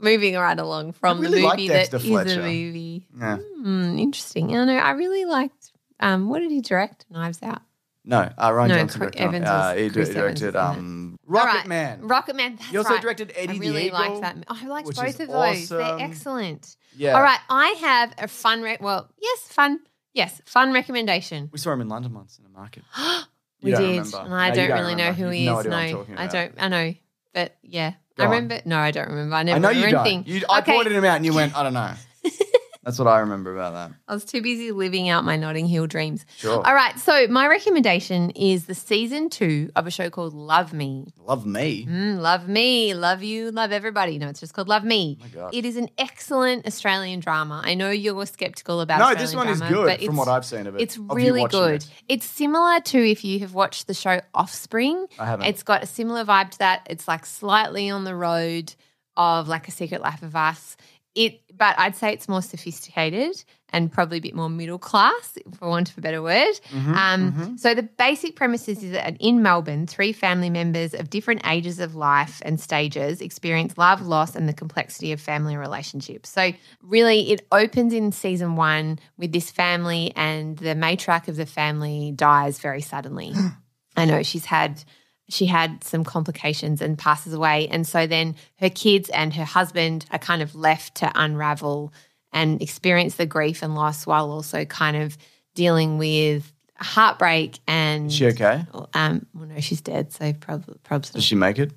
[SPEAKER 2] moving right along from
[SPEAKER 3] really
[SPEAKER 2] the
[SPEAKER 3] like
[SPEAKER 2] movie that
[SPEAKER 3] Dexter
[SPEAKER 2] is
[SPEAKER 3] Fletcher.
[SPEAKER 2] a movie.
[SPEAKER 3] Yeah.
[SPEAKER 2] Hmm, interesting. I know. I really liked. Um, what did he direct? Knives Out.
[SPEAKER 3] No, uh, Ryan
[SPEAKER 2] No,
[SPEAKER 3] Johnson
[SPEAKER 2] Cr-
[SPEAKER 3] directed.
[SPEAKER 2] Evans
[SPEAKER 3] uh,
[SPEAKER 2] was-
[SPEAKER 3] he
[SPEAKER 2] Chris
[SPEAKER 3] di-
[SPEAKER 2] Evans
[SPEAKER 3] directed
[SPEAKER 2] was in it.
[SPEAKER 3] um, Rocket
[SPEAKER 2] All right,
[SPEAKER 3] Man.
[SPEAKER 2] Rocket Man. That's
[SPEAKER 3] He also
[SPEAKER 2] right.
[SPEAKER 3] directed Eddie
[SPEAKER 2] I really
[SPEAKER 3] the
[SPEAKER 2] liked
[SPEAKER 3] Eagle,
[SPEAKER 2] that. Oh, I liked
[SPEAKER 3] which
[SPEAKER 2] both
[SPEAKER 3] is
[SPEAKER 2] of those.
[SPEAKER 3] awesome.
[SPEAKER 2] They're excellent.
[SPEAKER 3] Yeah.
[SPEAKER 2] All right, I have a fun. Re- well, yes, fun. Yes, fun recommendation.
[SPEAKER 3] We saw him in London once in a market.
[SPEAKER 2] we
[SPEAKER 3] You don't
[SPEAKER 2] did,
[SPEAKER 3] remember.
[SPEAKER 2] and I
[SPEAKER 3] No, you
[SPEAKER 2] don't
[SPEAKER 3] don't
[SPEAKER 2] really know
[SPEAKER 3] remember.
[SPEAKER 2] who
[SPEAKER 3] You've
[SPEAKER 2] he
[SPEAKER 3] no
[SPEAKER 2] is.
[SPEAKER 3] idea
[SPEAKER 2] No,
[SPEAKER 3] what I'm talking
[SPEAKER 2] I
[SPEAKER 3] about.
[SPEAKER 2] don't. I know, but yeah,
[SPEAKER 3] Go
[SPEAKER 2] I
[SPEAKER 3] on.
[SPEAKER 2] remember. No, I don't remember. I never
[SPEAKER 3] I know
[SPEAKER 2] remember
[SPEAKER 3] you don't.
[SPEAKER 2] anything.
[SPEAKER 3] You, I
[SPEAKER 2] okay,
[SPEAKER 3] pointed him out and you went, I don't know. That's what I remember about that.
[SPEAKER 2] I was too busy living out my Notting Hill dreams.
[SPEAKER 3] Sure.
[SPEAKER 2] All right, so my recommendation is the season two of a show called Love Me.
[SPEAKER 3] Love me.
[SPEAKER 2] Mm, love me, love you, love everybody. No, it's just called Love Me.
[SPEAKER 3] Oh my God.
[SPEAKER 2] It is an excellent Australian drama. I know you were skeptical about.
[SPEAKER 3] no,
[SPEAKER 2] Australian
[SPEAKER 3] this one is
[SPEAKER 2] drama,
[SPEAKER 3] good
[SPEAKER 2] but
[SPEAKER 3] from
[SPEAKER 2] it's-
[SPEAKER 3] what I've seen of it.
[SPEAKER 2] It's
[SPEAKER 3] of you
[SPEAKER 2] really
[SPEAKER 3] watching
[SPEAKER 2] good.
[SPEAKER 3] it.
[SPEAKER 2] It's similar to if you have watched the show Offspring.
[SPEAKER 3] I haven't.
[SPEAKER 2] It's got a similar vibe to that. It's like slightly on the road of like a secret life of us. It but I'd say it's more sophisticated and probably a bit more middle class, for want of a better word.
[SPEAKER 3] Mhm,
[SPEAKER 2] Um,
[SPEAKER 3] mhm.
[SPEAKER 2] So the basic premise is, is that in Melbourne, three family members of different ages of life and stages experience love, loss, and the complexity of family relationships. So really, it opens in season one with this family, and the matriarch of the family dies very suddenly. I know she's had she had some complications and passes away, and so then her kids and her husband are kind of left to unravel and experience the grief and loss while also kind of dealing with heartbreak and
[SPEAKER 3] Is she okay?
[SPEAKER 2] um well no she's dead so probably probably
[SPEAKER 3] Does she make it?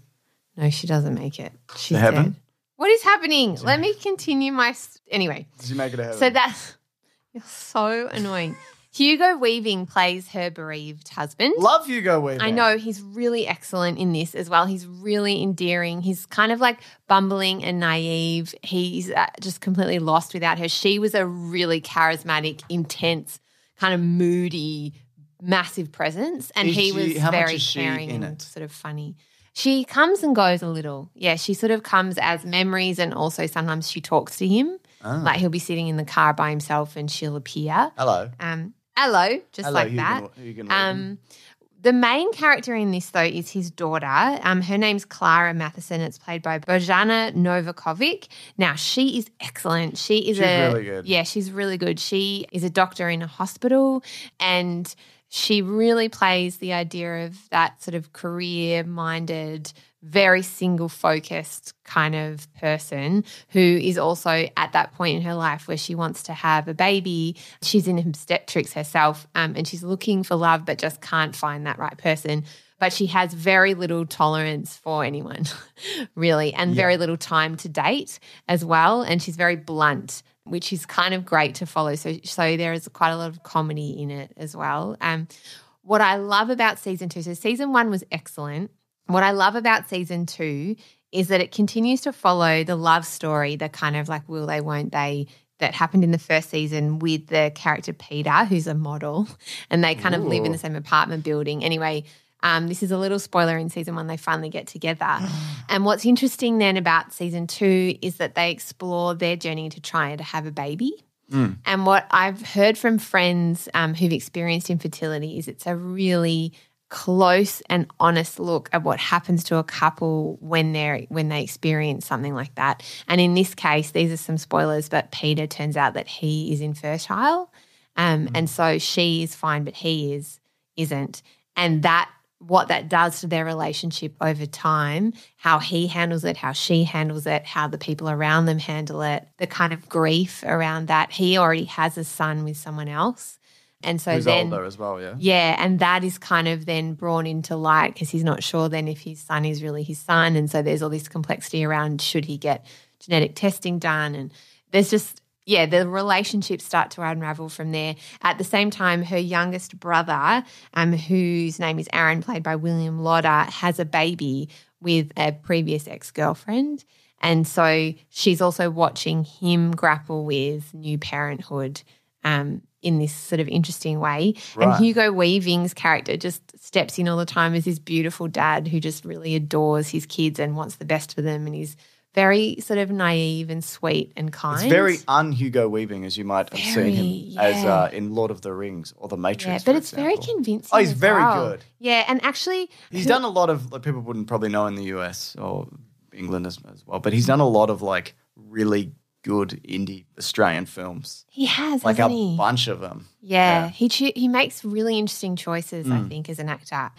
[SPEAKER 2] no she doesn't make it she's
[SPEAKER 3] heaven?
[SPEAKER 2] dead what is happening let me continue my s anyway
[SPEAKER 3] Does she make it to heaven?
[SPEAKER 2] so that's you're so annoying hugo weaving plays her bereaved husband
[SPEAKER 3] Love Hugo Weaving.
[SPEAKER 2] I know he's really excellent in this as well. He's really endearing. He's kind of like bumbling and naive. He's uh, just completely lost without her. She was a really charismatic, intense, kind of moody, massive presence, and
[SPEAKER 3] Is
[SPEAKER 2] he
[SPEAKER 3] she-
[SPEAKER 2] was
[SPEAKER 3] how much
[SPEAKER 2] very
[SPEAKER 3] is she
[SPEAKER 2] caring
[SPEAKER 3] in
[SPEAKER 2] and
[SPEAKER 3] it?
[SPEAKER 2] sort of funny. She comes and goes a little. Yeah, she sort of comes as memories, and also sometimes she talks to him.
[SPEAKER 3] Ah.
[SPEAKER 2] Like he'll be sitting in the car by himself, and she'll appear.
[SPEAKER 3] Hello.
[SPEAKER 2] Um, hello, just
[SPEAKER 3] Hello,
[SPEAKER 2] like
[SPEAKER 3] Hugo,
[SPEAKER 2] that.
[SPEAKER 3] Hugo Weaving.
[SPEAKER 2] Um, the main character in this, though, is his daughter. Um, her name's Clara Matheson. It's played by Bojana Novakovic. Now, she is excellent. She is
[SPEAKER 3] She's
[SPEAKER 2] a
[SPEAKER 3] really good.
[SPEAKER 2] yeah, she's really good. She is a doctor in a hospital, and she really plays the idea of that sort of career-minded very single focused kind of person who is also at that point in her life where she wants to have a baby. She's in obstetrics herself um, and she's looking for love, but just can't find that right person. But she has very little tolerance for anyone, really, and very little time to date as well. And she's very blunt which is kind of great to follow. So, so there is quite a lot of comedy in it as well. Um, what I love about season two, so season one was excellent. What I love about season two is that it continues to follow the love story, the kind of like will they, won't they, that happened in the first season with the character Peter, who's a model, and they kind of live in the same apartment building. Anyway, um, this is a little spoiler in season one, they finally get together. and what's interesting then about season two is that they explore their journey to try to have a baby. And what I've heard from friends um, who've experienced infertility is it's a really close and honest look at what happens to a couple when they're when they experience something like that. And in this case, these are some spoilers, but Peter turns out that he is infertile. Um, and so she is fine, but he is isn't. And that what that does to their relationship over time, how he handles it, how she handles it, how the people around them handle it, the kind of grief around that. He already has a son with someone else. And so
[SPEAKER 3] Who's
[SPEAKER 2] then
[SPEAKER 3] older as well, yeah.
[SPEAKER 2] yeah, and that is kind of then brought into light because he's not sure then if his son is really his son. And so there's all this complexity around should he get genetic testing done? And there's just, yeah, the relationships start to unravel from there. At the same time, her youngest brother, um, whose name is Aaron, played by William Lauder, has a baby with a previous ex girlfriend. And so she's also watching him grapple with new parenthood um, in this sort of interesting way.
[SPEAKER 3] Right.
[SPEAKER 2] And Hugo Weaving's character just steps in all the time as this beautiful dad who just really adores his kids and wants the best for them. And he's very sort of naive and sweet and kind.
[SPEAKER 3] It's very un Hugo Weaving, as you might have seen
[SPEAKER 2] Very,
[SPEAKER 3] him as
[SPEAKER 2] yeah.
[SPEAKER 3] uh, in Lord of the Rings or The Matrix.
[SPEAKER 2] yeah,
[SPEAKER 3] for
[SPEAKER 2] but it's very
[SPEAKER 3] example.
[SPEAKER 2] convincing.
[SPEAKER 3] Oh, he's
[SPEAKER 2] as
[SPEAKER 3] very
[SPEAKER 2] well.
[SPEAKER 3] good.
[SPEAKER 2] Yeah, and actually,
[SPEAKER 3] He's done a lot of like, people wouldn't probably know in the US or England as, as well, but he's done a lot of like really good indie Australian films,
[SPEAKER 2] he has
[SPEAKER 3] like a
[SPEAKER 2] hasn't he?
[SPEAKER 3] bunch of them.
[SPEAKER 2] Yeah,
[SPEAKER 3] Yeah. Mm.
[SPEAKER 2] he cho- he makes really interesting choices, I think, as an actor.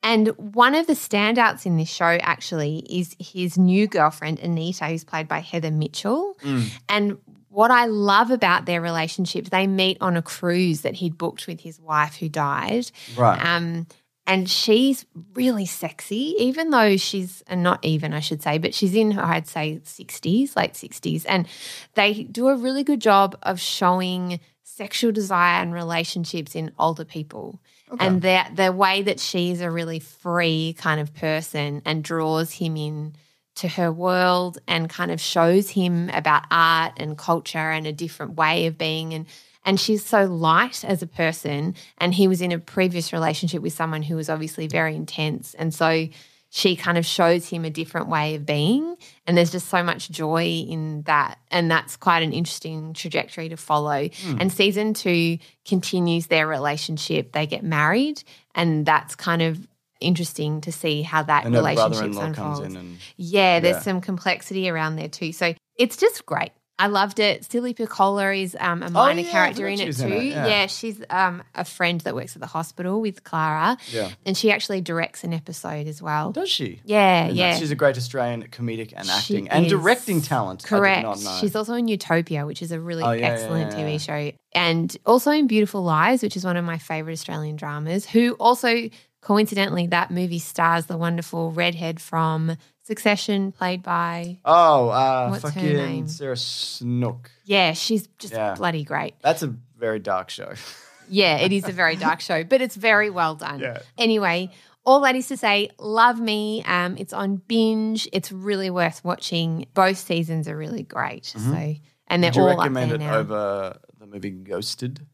[SPEAKER 2] And one of the standouts in this show actually is his new girlfriend Anita, who's played by Heather Mitchell.
[SPEAKER 3] Mm.
[SPEAKER 2] And what I love about their relationship, they meet on a cruise that he'd booked with his wife who died.
[SPEAKER 3] Right.
[SPEAKER 2] Um, and she's really sexy, even though she's and not even, I should say, but she's in her, I'd say, 60s, late 60s. And they do a really good job of showing sexual desire and relationships in older people. And the, the way that she's a really free kind of person and draws him in to her world and kind of shows him about art and culture and a different way of being and and she's so light as a person and he was in a previous relationship with someone who was obviously very intense and so she kind of shows him a different way of being and there's just so much joy in that and that's quite an interesting trajectory to follow
[SPEAKER 3] Hmm.
[SPEAKER 2] and season 2 continues their relationship they get married and that's kind of interesting to see how that
[SPEAKER 3] and her brother in
[SPEAKER 2] relationship
[SPEAKER 3] law
[SPEAKER 2] unfolds
[SPEAKER 3] comes in and
[SPEAKER 2] yeah, there's
[SPEAKER 3] Yeah.
[SPEAKER 2] some complexity around there too. So it's just great. I loved it. Silly Piccola is um, a minor
[SPEAKER 3] Oh, yeah, I
[SPEAKER 2] character
[SPEAKER 3] forgot
[SPEAKER 2] in
[SPEAKER 3] she
[SPEAKER 2] it
[SPEAKER 3] was
[SPEAKER 2] too.
[SPEAKER 3] in it,
[SPEAKER 2] yeah.
[SPEAKER 3] yeah.
[SPEAKER 2] she's um, a friend that works at the hospital with Clara,
[SPEAKER 3] yeah.
[SPEAKER 2] and she actually directs an episode as well.
[SPEAKER 3] Does she?
[SPEAKER 2] Yeah,
[SPEAKER 3] Isn't that-
[SPEAKER 2] yeah.
[SPEAKER 3] She's a great Australian comedic and
[SPEAKER 2] She
[SPEAKER 3] acting and
[SPEAKER 2] is.
[SPEAKER 3] directing talent.
[SPEAKER 2] Correct.
[SPEAKER 3] I did not know.
[SPEAKER 2] She's also in Utopia, which is a really
[SPEAKER 3] Oh, yeah, yeah,
[SPEAKER 2] excellent
[SPEAKER 3] yeah,
[SPEAKER 2] TV
[SPEAKER 3] yeah.
[SPEAKER 2] show, and also in Beautiful Lies, which is one of my favorite Australian dramas. Who also, coincidentally, that movie stars the wonderful redhead from Succession, played by
[SPEAKER 3] oh, uh,
[SPEAKER 2] What's her
[SPEAKER 3] fucking
[SPEAKER 2] name?
[SPEAKER 3] Sarah Snook.
[SPEAKER 2] Yeah, she's just
[SPEAKER 3] Yeah.
[SPEAKER 2] bloody great.
[SPEAKER 3] That's a very dark show.
[SPEAKER 2] Yeah, it is a very dark show, but it's very well done.
[SPEAKER 3] Yeah.
[SPEAKER 2] Anyway, all that is to say, love me. Um, it's on binge. It's really worth watching. Both seasons are really great.
[SPEAKER 3] Mm-hmm.
[SPEAKER 2] So, and they're
[SPEAKER 3] Would you
[SPEAKER 2] all
[SPEAKER 3] recommend
[SPEAKER 2] up
[SPEAKER 3] it
[SPEAKER 2] there now.
[SPEAKER 3] over the movie Ghosted?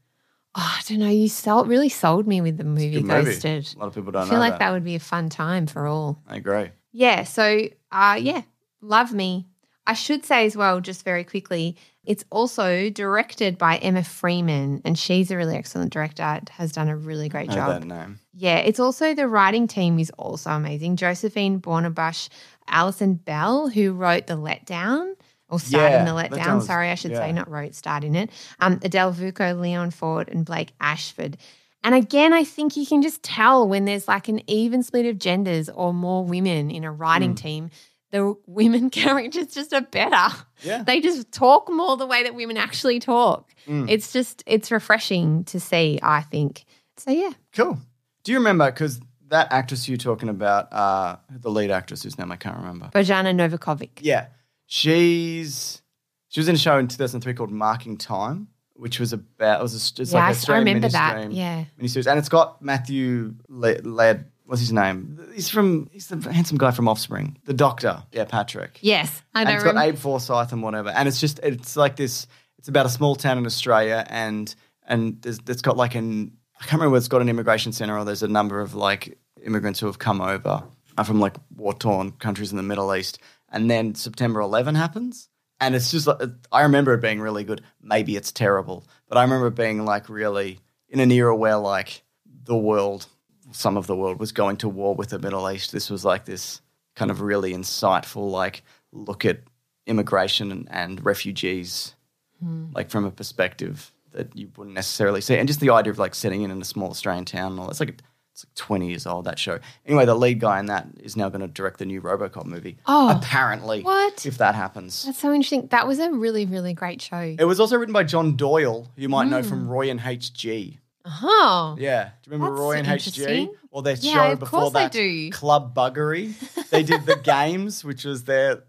[SPEAKER 2] Oh, I don't know. You sold, really sold me with the movie
[SPEAKER 3] Good movie.
[SPEAKER 2] Ghosted.
[SPEAKER 3] A lot of people
[SPEAKER 2] I
[SPEAKER 3] don't
[SPEAKER 2] feel
[SPEAKER 3] know
[SPEAKER 2] like that. would be a fun time for all.
[SPEAKER 3] I agree.
[SPEAKER 2] Yeah. So, uh, yeah, love me. I should say as well, just very quickly, it's also directed by Emma Freeman, and she's a really excellent director. Has done a really great
[SPEAKER 3] I know
[SPEAKER 2] job.
[SPEAKER 3] that name.
[SPEAKER 2] Yeah, it's also the writing team is also amazing. Josephine Bornabush, Alison Bell, who wrote The Letdown or starred in
[SPEAKER 3] Yeah,
[SPEAKER 2] The
[SPEAKER 3] Letdown
[SPEAKER 2] Letdown.
[SPEAKER 3] was-
[SPEAKER 2] Sorry, I should
[SPEAKER 3] yeah.
[SPEAKER 2] say not wrote, starred in it. Um, Adele Vuko, Leon Ford, and Blake Ashford. And again, I think you can just tell when there's like an even split of genders or more women in a
[SPEAKER 3] Hmm.
[SPEAKER 2] writing team, the women characters just are better.
[SPEAKER 3] Yeah.
[SPEAKER 2] They just talk more the way that women actually talk.
[SPEAKER 3] Mm.
[SPEAKER 2] It's just, it's refreshing to see, I think. So, yeah.
[SPEAKER 3] Cool. Do you remember? Because that actress you're talking about, uh, the lead actress whose name I can't remember.
[SPEAKER 2] Bojana Novakovic.
[SPEAKER 3] Yeah. She's she was in a show in 2003 called Marking Time, which was about it was a, it's
[SPEAKER 2] yeah,
[SPEAKER 3] like
[SPEAKER 2] I-
[SPEAKER 3] an
[SPEAKER 2] I
[SPEAKER 3] Australian
[SPEAKER 2] remember that.
[SPEAKER 3] ministry-
[SPEAKER 2] Yeah.
[SPEAKER 3] miniseries, and it's got Matthew Le- Led. What's his name? He's from he's the handsome guy from Offspring, the Doctor. Yeah, Patrick.
[SPEAKER 2] Yes. I
[SPEAKER 3] and
[SPEAKER 2] don't
[SPEAKER 3] it's got
[SPEAKER 2] remember.
[SPEAKER 3] Abe Forsyth and whatever. And it's just it's like this. It's about a small town in Australia, and and there's, it's got like an I can't remember. Whether it's got an immigration center, or there's a number of like immigrants who have come over uh, from like war torn countries in the Middle East. And then September 11 happens, and it's just like I remember it being really good. Maybe it's terrible, but I remember it being like really in an era where like the world, some of the world was going to war with the Middle East. This was like this kind of really insightful, like look at immigration and, and refugees,
[SPEAKER 2] Hmm.
[SPEAKER 3] like from a perspective that you wouldn't necessarily see. And just the idea of like setting in in a small Australian town and all that's like it's like 20 years old that show. Anyway, the lead guy in that is now going to direct the new RoboCop movie.
[SPEAKER 2] Oh.
[SPEAKER 3] apparently,
[SPEAKER 2] What?
[SPEAKER 3] if that happens?
[SPEAKER 2] That's so interesting. That was a really, really great show.
[SPEAKER 3] it was also written by John Doyle, who you might know
[SPEAKER 2] Hmm.
[SPEAKER 3] from Roy and HG.
[SPEAKER 2] Oh.
[SPEAKER 3] Yeah. Do you remember
[SPEAKER 2] That's
[SPEAKER 3] Roy and HG?
[SPEAKER 2] interesting.
[SPEAKER 3] Or their
[SPEAKER 2] Yeah,
[SPEAKER 3] show
[SPEAKER 2] of
[SPEAKER 3] before
[SPEAKER 2] course I
[SPEAKER 3] that,
[SPEAKER 2] do.
[SPEAKER 3] Club Buggery. They did the games, which was their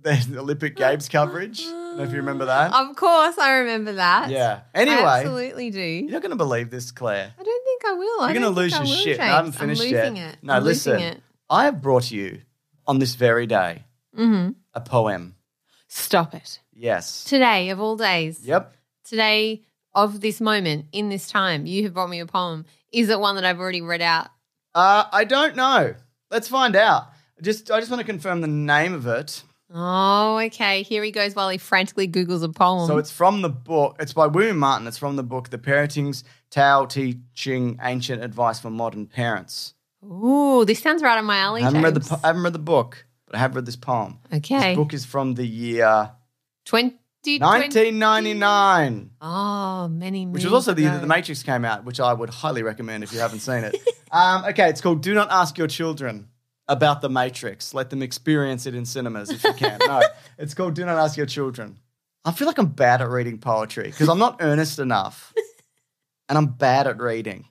[SPEAKER 3] their Olympic Games coverage. I don't know if you remember that.
[SPEAKER 2] Of course, I remember that.
[SPEAKER 3] yeah.
[SPEAKER 2] I
[SPEAKER 3] Anyway,
[SPEAKER 2] Oh, absolutely do.
[SPEAKER 3] you're not going to believe this, Claire.
[SPEAKER 2] I don't think I will. I
[SPEAKER 3] You're
[SPEAKER 2] don't
[SPEAKER 3] going to lose
[SPEAKER 2] think I
[SPEAKER 3] your
[SPEAKER 2] will,
[SPEAKER 3] shit. No,
[SPEAKER 2] James.
[SPEAKER 3] I haven't finished
[SPEAKER 2] I'm
[SPEAKER 3] yet.
[SPEAKER 2] losing It.
[SPEAKER 3] No,
[SPEAKER 2] I'm
[SPEAKER 3] listen.
[SPEAKER 2] Losing it.
[SPEAKER 3] I have brought you on this very day
[SPEAKER 2] hmm
[SPEAKER 3] a poem.
[SPEAKER 2] Stop it.
[SPEAKER 3] Yes.
[SPEAKER 2] Today, of all days,
[SPEAKER 3] Yep.
[SPEAKER 2] today of this moment, in this time, you have brought me a poem. Is it one that I've already read out?
[SPEAKER 3] Uh, I don't know. Let's find out. Just I just want to confirm the name of it.
[SPEAKER 2] Oh, okay. Here he goes while he frantically Googles a poem.
[SPEAKER 3] So it's from the book. It's by William Martin. It's from the book The Parenting's Tao Teaching Ancient Advice for Modern Parents.
[SPEAKER 2] Ooh, this sounds right up my alley.
[SPEAKER 3] I haven't read the
[SPEAKER 2] James.
[SPEAKER 3] po- I haven't read the book, but I have read this poem.
[SPEAKER 2] Okay.
[SPEAKER 3] This book is from the year
[SPEAKER 2] 20,
[SPEAKER 3] 1999,
[SPEAKER 2] Oh, many
[SPEAKER 3] which was
[SPEAKER 2] moons
[SPEAKER 3] also the year that
[SPEAKER 2] ago.
[SPEAKER 3] The Matrix came out, which I would highly recommend if you haven't seen it. um, okay, it's called Do Not Ask Your Children About the Matrix. Let them experience it in cinemas if you can. no, it's called Do Not Ask Your Children. I feel like I'm bad at reading poetry because I'm not earnest enough. And I'm bad at reading,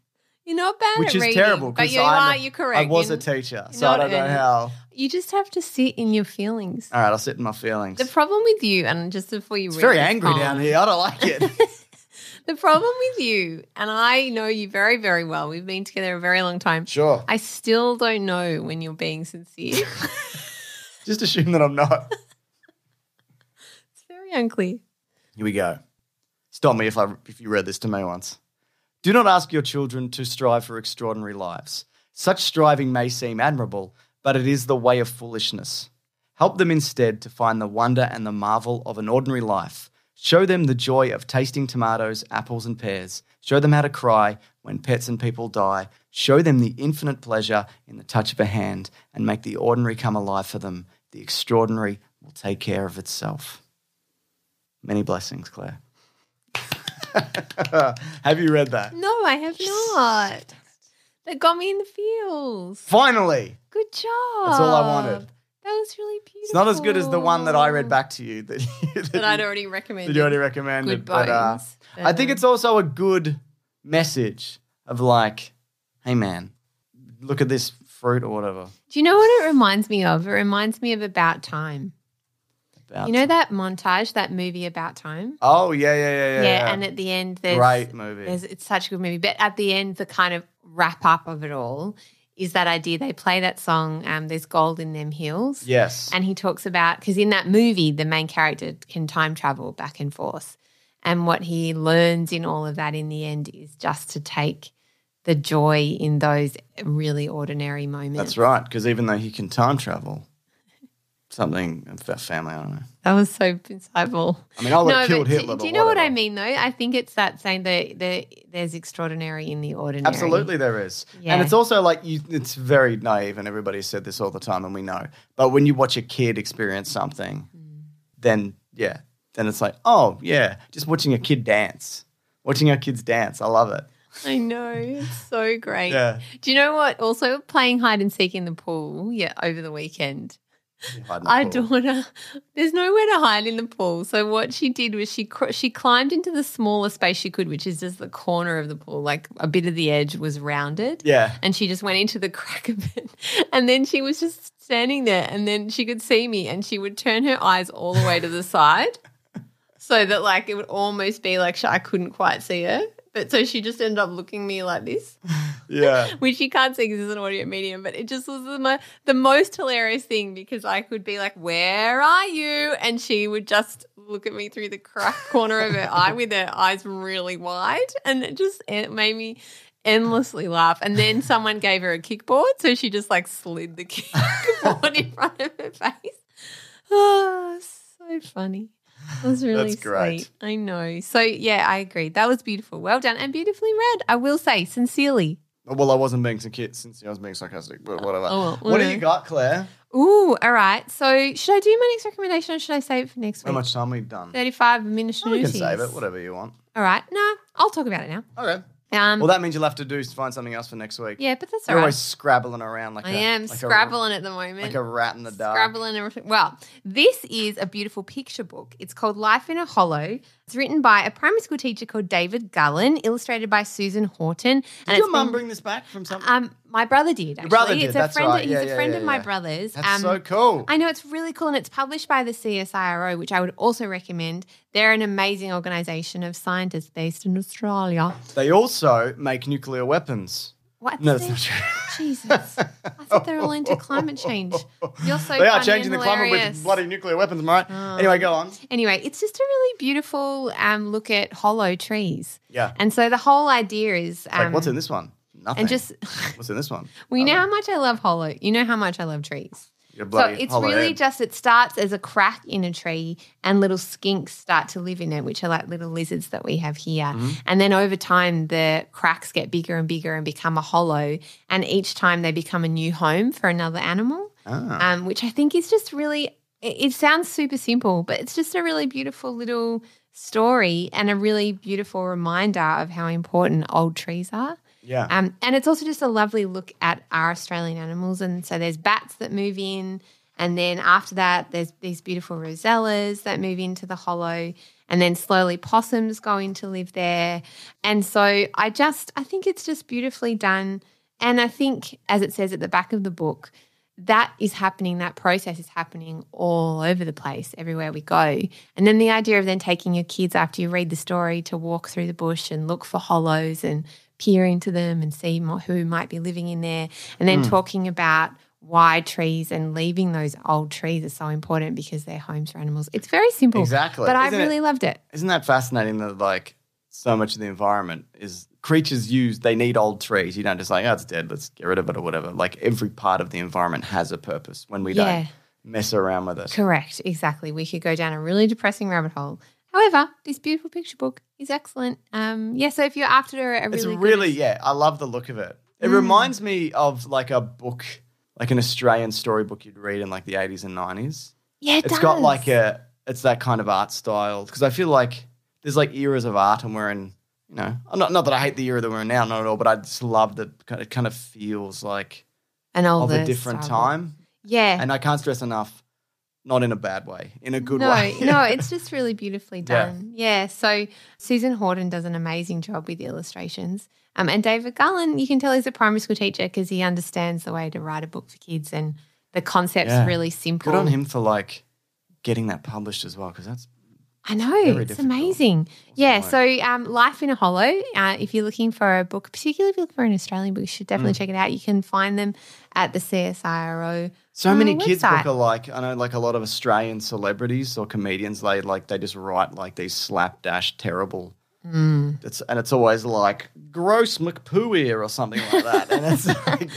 [SPEAKER 2] You're not bad
[SPEAKER 3] which
[SPEAKER 2] at
[SPEAKER 3] is
[SPEAKER 2] reading,
[SPEAKER 3] terrible
[SPEAKER 2] But
[SPEAKER 3] because
[SPEAKER 2] you are, you're correct.
[SPEAKER 3] I was
[SPEAKER 2] You're-
[SPEAKER 3] a teacher, so
[SPEAKER 2] not
[SPEAKER 3] I don't know
[SPEAKER 2] earnest.
[SPEAKER 3] how.
[SPEAKER 2] You just have to sit in your feelings.
[SPEAKER 3] All right, I'll sit in my feelings.
[SPEAKER 2] The problem with you, and just before you
[SPEAKER 3] it's
[SPEAKER 2] read
[SPEAKER 3] very
[SPEAKER 2] this
[SPEAKER 3] angry
[SPEAKER 2] poem,
[SPEAKER 3] down here. I don't like it.
[SPEAKER 2] The problem with you, and I know you very, very well. We've been together a very long time.
[SPEAKER 3] sure.
[SPEAKER 2] I still don't know when you're being sincere. it's
[SPEAKER 3] Just assume that I'm not.
[SPEAKER 2] very unclear.
[SPEAKER 3] Here we go. Stop me if I if you read this to me once. Do not ask your children to strive for extraordinary lives. Such striving may seem admirable, but it is the way of foolishness. Help them instead to find the wonder and the marvel of an ordinary life. Show them the joy of tasting tomatoes, apples, and pears. Show them how to cry when pets and people die. Show them the infinite pleasure in the touch of a hand and make the ordinary come alive for them. The extraordinary will take care of itself. Many blessings, Claire. Have you read that?
[SPEAKER 2] No, I have not. That got me in the feels.
[SPEAKER 3] Finally,
[SPEAKER 2] Good job.
[SPEAKER 3] That's all I wanted.
[SPEAKER 2] That was really beautiful.
[SPEAKER 3] it's not as good as the one that I read back to you that, that,
[SPEAKER 2] That I'd
[SPEAKER 3] you-
[SPEAKER 2] already
[SPEAKER 3] that
[SPEAKER 2] recommended.
[SPEAKER 3] you already recommended.
[SPEAKER 2] Good
[SPEAKER 3] but, uh,
[SPEAKER 2] bones.
[SPEAKER 3] I think it's also a good message of like, hey man, look at this fruit or whatever.
[SPEAKER 2] Do you know what it reminds me of? It reminds me of About Time.
[SPEAKER 3] About
[SPEAKER 2] You know that montage, that movie About Time?
[SPEAKER 3] Oh yeah, yeah, yeah, yeah.
[SPEAKER 2] Yeah, and at the end, there's
[SPEAKER 3] great movie.
[SPEAKER 2] There's, it's such a good movie. But at the end, the kind of wrap up of it all is that idea. They play that song, um, There's Gold in Them Hills.
[SPEAKER 3] yes,
[SPEAKER 2] And he talks about, because in that movie, the main character can time travel back and forth. And what he learns in all of that in the end is just to take the joy in those really ordinary moments.
[SPEAKER 3] that's right. Because even though he can time travel, something about family, I don't know.
[SPEAKER 2] That was so insightful.
[SPEAKER 3] I mean, I would have
[SPEAKER 2] but
[SPEAKER 3] killed
[SPEAKER 2] do-
[SPEAKER 3] Hitler.
[SPEAKER 2] Do,
[SPEAKER 3] but
[SPEAKER 2] you know what I
[SPEAKER 3] whatever.
[SPEAKER 2] mean, though? I think it's that saying that the, there's extraordinary in the ordinary.
[SPEAKER 3] Absolutely, there is,
[SPEAKER 2] Yeah.
[SPEAKER 3] and it's also like you. It's very naive, and everybody said this all the time, and we know. But when you watch a kid experience something,
[SPEAKER 2] Mm.
[SPEAKER 3] then yeah, then it's like, oh yeah, just watching a kid dance, watching our kids dance, I love it.
[SPEAKER 2] I know. It's so great.
[SPEAKER 3] Yeah.
[SPEAKER 2] Do you know what? Also, playing hide and seek in the pool, yeah, over the weekend.
[SPEAKER 3] Hide in the
[SPEAKER 2] Our
[SPEAKER 3] pool.
[SPEAKER 2] daughter, there's nowhere to hide in the pool. So what she did was she cr- she climbed into the smallest space she could, which is just the corner of the pool, like a bit of the edge was rounded.
[SPEAKER 3] Yeah.
[SPEAKER 2] And she just went into the crack of it. And then she was just standing there and then she could see me and she would turn her eyes all the way to the side so that like it would almost be like she- I couldn't quite see her. But so she just ended up looking me like this,
[SPEAKER 3] Yeah.
[SPEAKER 2] which you can't see because it's an audio medium. But it just was the, mo- the most hilarious thing because I could be like, "Where are you?" and she would just look at me through the crack corner of her eye with her eyes really wide, and it just it made me endlessly laugh. And then someone gave her a kickboard, so she just like slid the kickboard in front of her face. Oh, so funny. That was really
[SPEAKER 3] That's great.
[SPEAKER 2] sweet. I know. So yeah, I agree. That was beautiful. Well done and beautifully read. I will say sincerely.
[SPEAKER 3] Well, I wasn't being sincere. Sincere, I was being sarcastic, but whatever.
[SPEAKER 2] Oh, well,
[SPEAKER 3] what do
[SPEAKER 2] no.
[SPEAKER 3] you got, Claire?
[SPEAKER 2] Ooh, all right. So should I do my next recommendation or should I save it for next
[SPEAKER 3] How
[SPEAKER 2] week?
[SPEAKER 3] much time we've done?
[SPEAKER 2] Thirty-five minutes.
[SPEAKER 3] You can save it, whatever you want.
[SPEAKER 2] All right. Nah, I'll talk about it now.
[SPEAKER 3] Okay.
[SPEAKER 2] Um.
[SPEAKER 3] Well, that means you'll have to do find something else for next week.
[SPEAKER 2] yeah, but that's all
[SPEAKER 3] You're
[SPEAKER 2] right.
[SPEAKER 3] always scrabbling around like
[SPEAKER 2] I
[SPEAKER 3] a
[SPEAKER 2] am
[SPEAKER 3] like a-
[SPEAKER 2] scrabbling at the moment.
[SPEAKER 3] like a rat in the dark.
[SPEAKER 2] Scrabbling and everything. Well, this is a beautiful picture book. It's called Life in a Hollow. It's written by a primary school teacher called David Gullen, illustrated by Susan Horton.
[SPEAKER 3] Did
[SPEAKER 2] it's
[SPEAKER 3] your mum
[SPEAKER 2] been-
[SPEAKER 3] bring this back from something?
[SPEAKER 2] Um, my brother did. Actually.
[SPEAKER 3] brother did,
[SPEAKER 2] It's
[SPEAKER 3] that's
[SPEAKER 2] a friend.
[SPEAKER 3] right.
[SPEAKER 2] He's
[SPEAKER 3] Yeah,
[SPEAKER 2] a
[SPEAKER 3] yeah,
[SPEAKER 2] friend
[SPEAKER 3] yeah,
[SPEAKER 2] of my
[SPEAKER 3] yeah.
[SPEAKER 2] brother's. Um,
[SPEAKER 3] That's so cool.
[SPEAKER 2] I know it's really cool, and it's published by the CSIRO, which I would also recommend. They're an amazing organisation of scientists based in Australia.
[SPEAKER 3] they also make nuclear weapons.
[SPEAKER 2] What?
[SPEAKER 3] No,
[SPEAKER 2] the-
[SPEAKER 3] that's not true.
[SPEAKER 2] Jesus, I thought they were all into climate change. You're so
[SPEAKER 3] they are
[SPEAKER 2] funny
[SPEAKER 3] changing the
[SPEAKER 2] and
[SPEAKER 3] climate
[SPEAKER 2] hilarious.
[SPEAKER 3] with bloody nuclear weapons, am I right? Anyway, go on.
[SPEAKER 2] Anyway, it's just a really beautiful um, look at hollow trees.
[SPEAKER 3] Yeah.
[SPEAKER 2] And so the whole idea is um,
[SPEAKER 3] like, what's in this one? Nothing.
[SPEAKER 2] and just
[SPEAKER 3] what's in this one?
[SPEAKER 2] well, you know how much I love hollow. You know how much I love trees.
[SPEAKER 3] Your
[SPEAKER 2] So
[SPEAKER 3] bloody
[SPEAKER 2] it's
[SPEAKER 3] hollow
[SPEAKER 2] really
[SPEAKER 3] head.
[SPEAKER 2] just it starts as a crack in a tree, and little skinks start to live in it, which are like little lizards that we have here.
[SPEAKER 3] Mm-hmm.
[SPEAKER 2] And then over time, the cracks get bigger and bigger and become a hollow. And each time they become a new home for another animal,
[SPEAKER 3] Ah.
[SPEAKER 2] um, which I think is just really. It, it sounds super simple, but it's just a really beautiful little story and a really beautiful reminder of how important old trees are.
[SPEAKER 3] yeah.
[SPEAKER 2] Um, and it's also just a lovely look at our Australian animals. And so there's bats that move in. And then after that, there's these beautiful rosellas that move into the hollow. And then slowly possums go in to live there. And so I just, I think it's just beautifully done. And I think, as it says at the back of the book, that is happening, that process is happening all over the place, everywhere we go. And then the idea of then taking your kids after you read the story to walk through the bush and look for hollows and peer into them and see mo- who might be living in there. And
[SPEAKER 3] Hmm.
[SPEAKER 2] then talking about why trees and leaving those old trees are so important because they're homes for animals. It's very simple.
[SPEAKER 3] Exactly.
[SPEAKER 2] But I
[SPEAKER 3] Isn't it-
[SPEAKER 2] really loved it.
[SPEAKER 3] Isn't that fascinating that like so much of the environment is creatures use they need old trees. You don't just like, oh it's dead, let's get rid of it or whatever. Like every part of the environment has a purpose when we
[SPEAKER 2] Yeah.
[SPEAKER 3] don't mess around with it.
[SPEAKER 2] Correct. Exactly. We could go down a really depressing rabbit hole. However, this beautiful picture book is excellent. Um, yeah, so if you're after a really,
[SPEAKER 3] it's
[SPEAKER 2] good- Mm.
[SPEAKER 3] really yeah, I love the look of it. It reminds me of like a book like an Australian storybook you'd read in like the eighties and nineties.
[SPEAKER 2] yeah, it
[SPEAKER 3] It's got
[SPEAKER 2] does.
[SPEAKER 3] like a it's that kind of art style because I feel like there's like eras of art and we're in you know not not that I hate the era that we're in now not at all but I just love the kind of, kind of feels like
[SPEAKER 2] and all
[SPEAKER 3] of
[SPEAKER 2] the
[SPEAKER 3] a different
[SPEAKER 2] style. Eh.
[SPEAKER 3] time
[SPEAKER 2] Yeah,
[SPEAKER 3] and I can't stress enough not in a bad way in a good
[SPEAKER 2] no,
[SPEAKER 3] way
[SPEAKER 2] no, it's just really beautifully
[SPEAKER 3] Yeah.
[SPEAKER 2] done. Yeah. So Susan Horton does an amazing job with the illustrations. Um, and David Gullen, you can tell he's a primary school teacher because he understands the way to write a book for kids and the concept's
[SPEAKER 3] Yeah.
[SPEAKER 2] really simple.
[SPEAKER 3] good on him for like getting that published as well because that's
[SPEAKER 2] I know.
[SPEAKER 3] Very
[SPEAKER 2] it's
[SPEAKER 3] difficult.
[SPEAKER 2] amazing. Yeah.
[SPEAKER 3] like-
[SPEAKER 2] So, um, Life in a Hollow, uh, if you're looking for a book, particularly if you're looking for an Australian book, you should definitely
[SPEAKER 3] Mm.
[SPEAKER 2] check it out. You can find them at the CSIRO.
[SPEAKER 3] so
[SPEAKER 2] uh,
[SPEAKER 3] many kids
[SPEAKER 2] website.
[SPEAKER 3] book alike I know like a lot of Australian celebrities or comedians they like they just write like these slapdash terrible
[SPEAKER 2] Mm.
[SPEAKER 3] it's and it's always like gross McPooey or something like that and it's like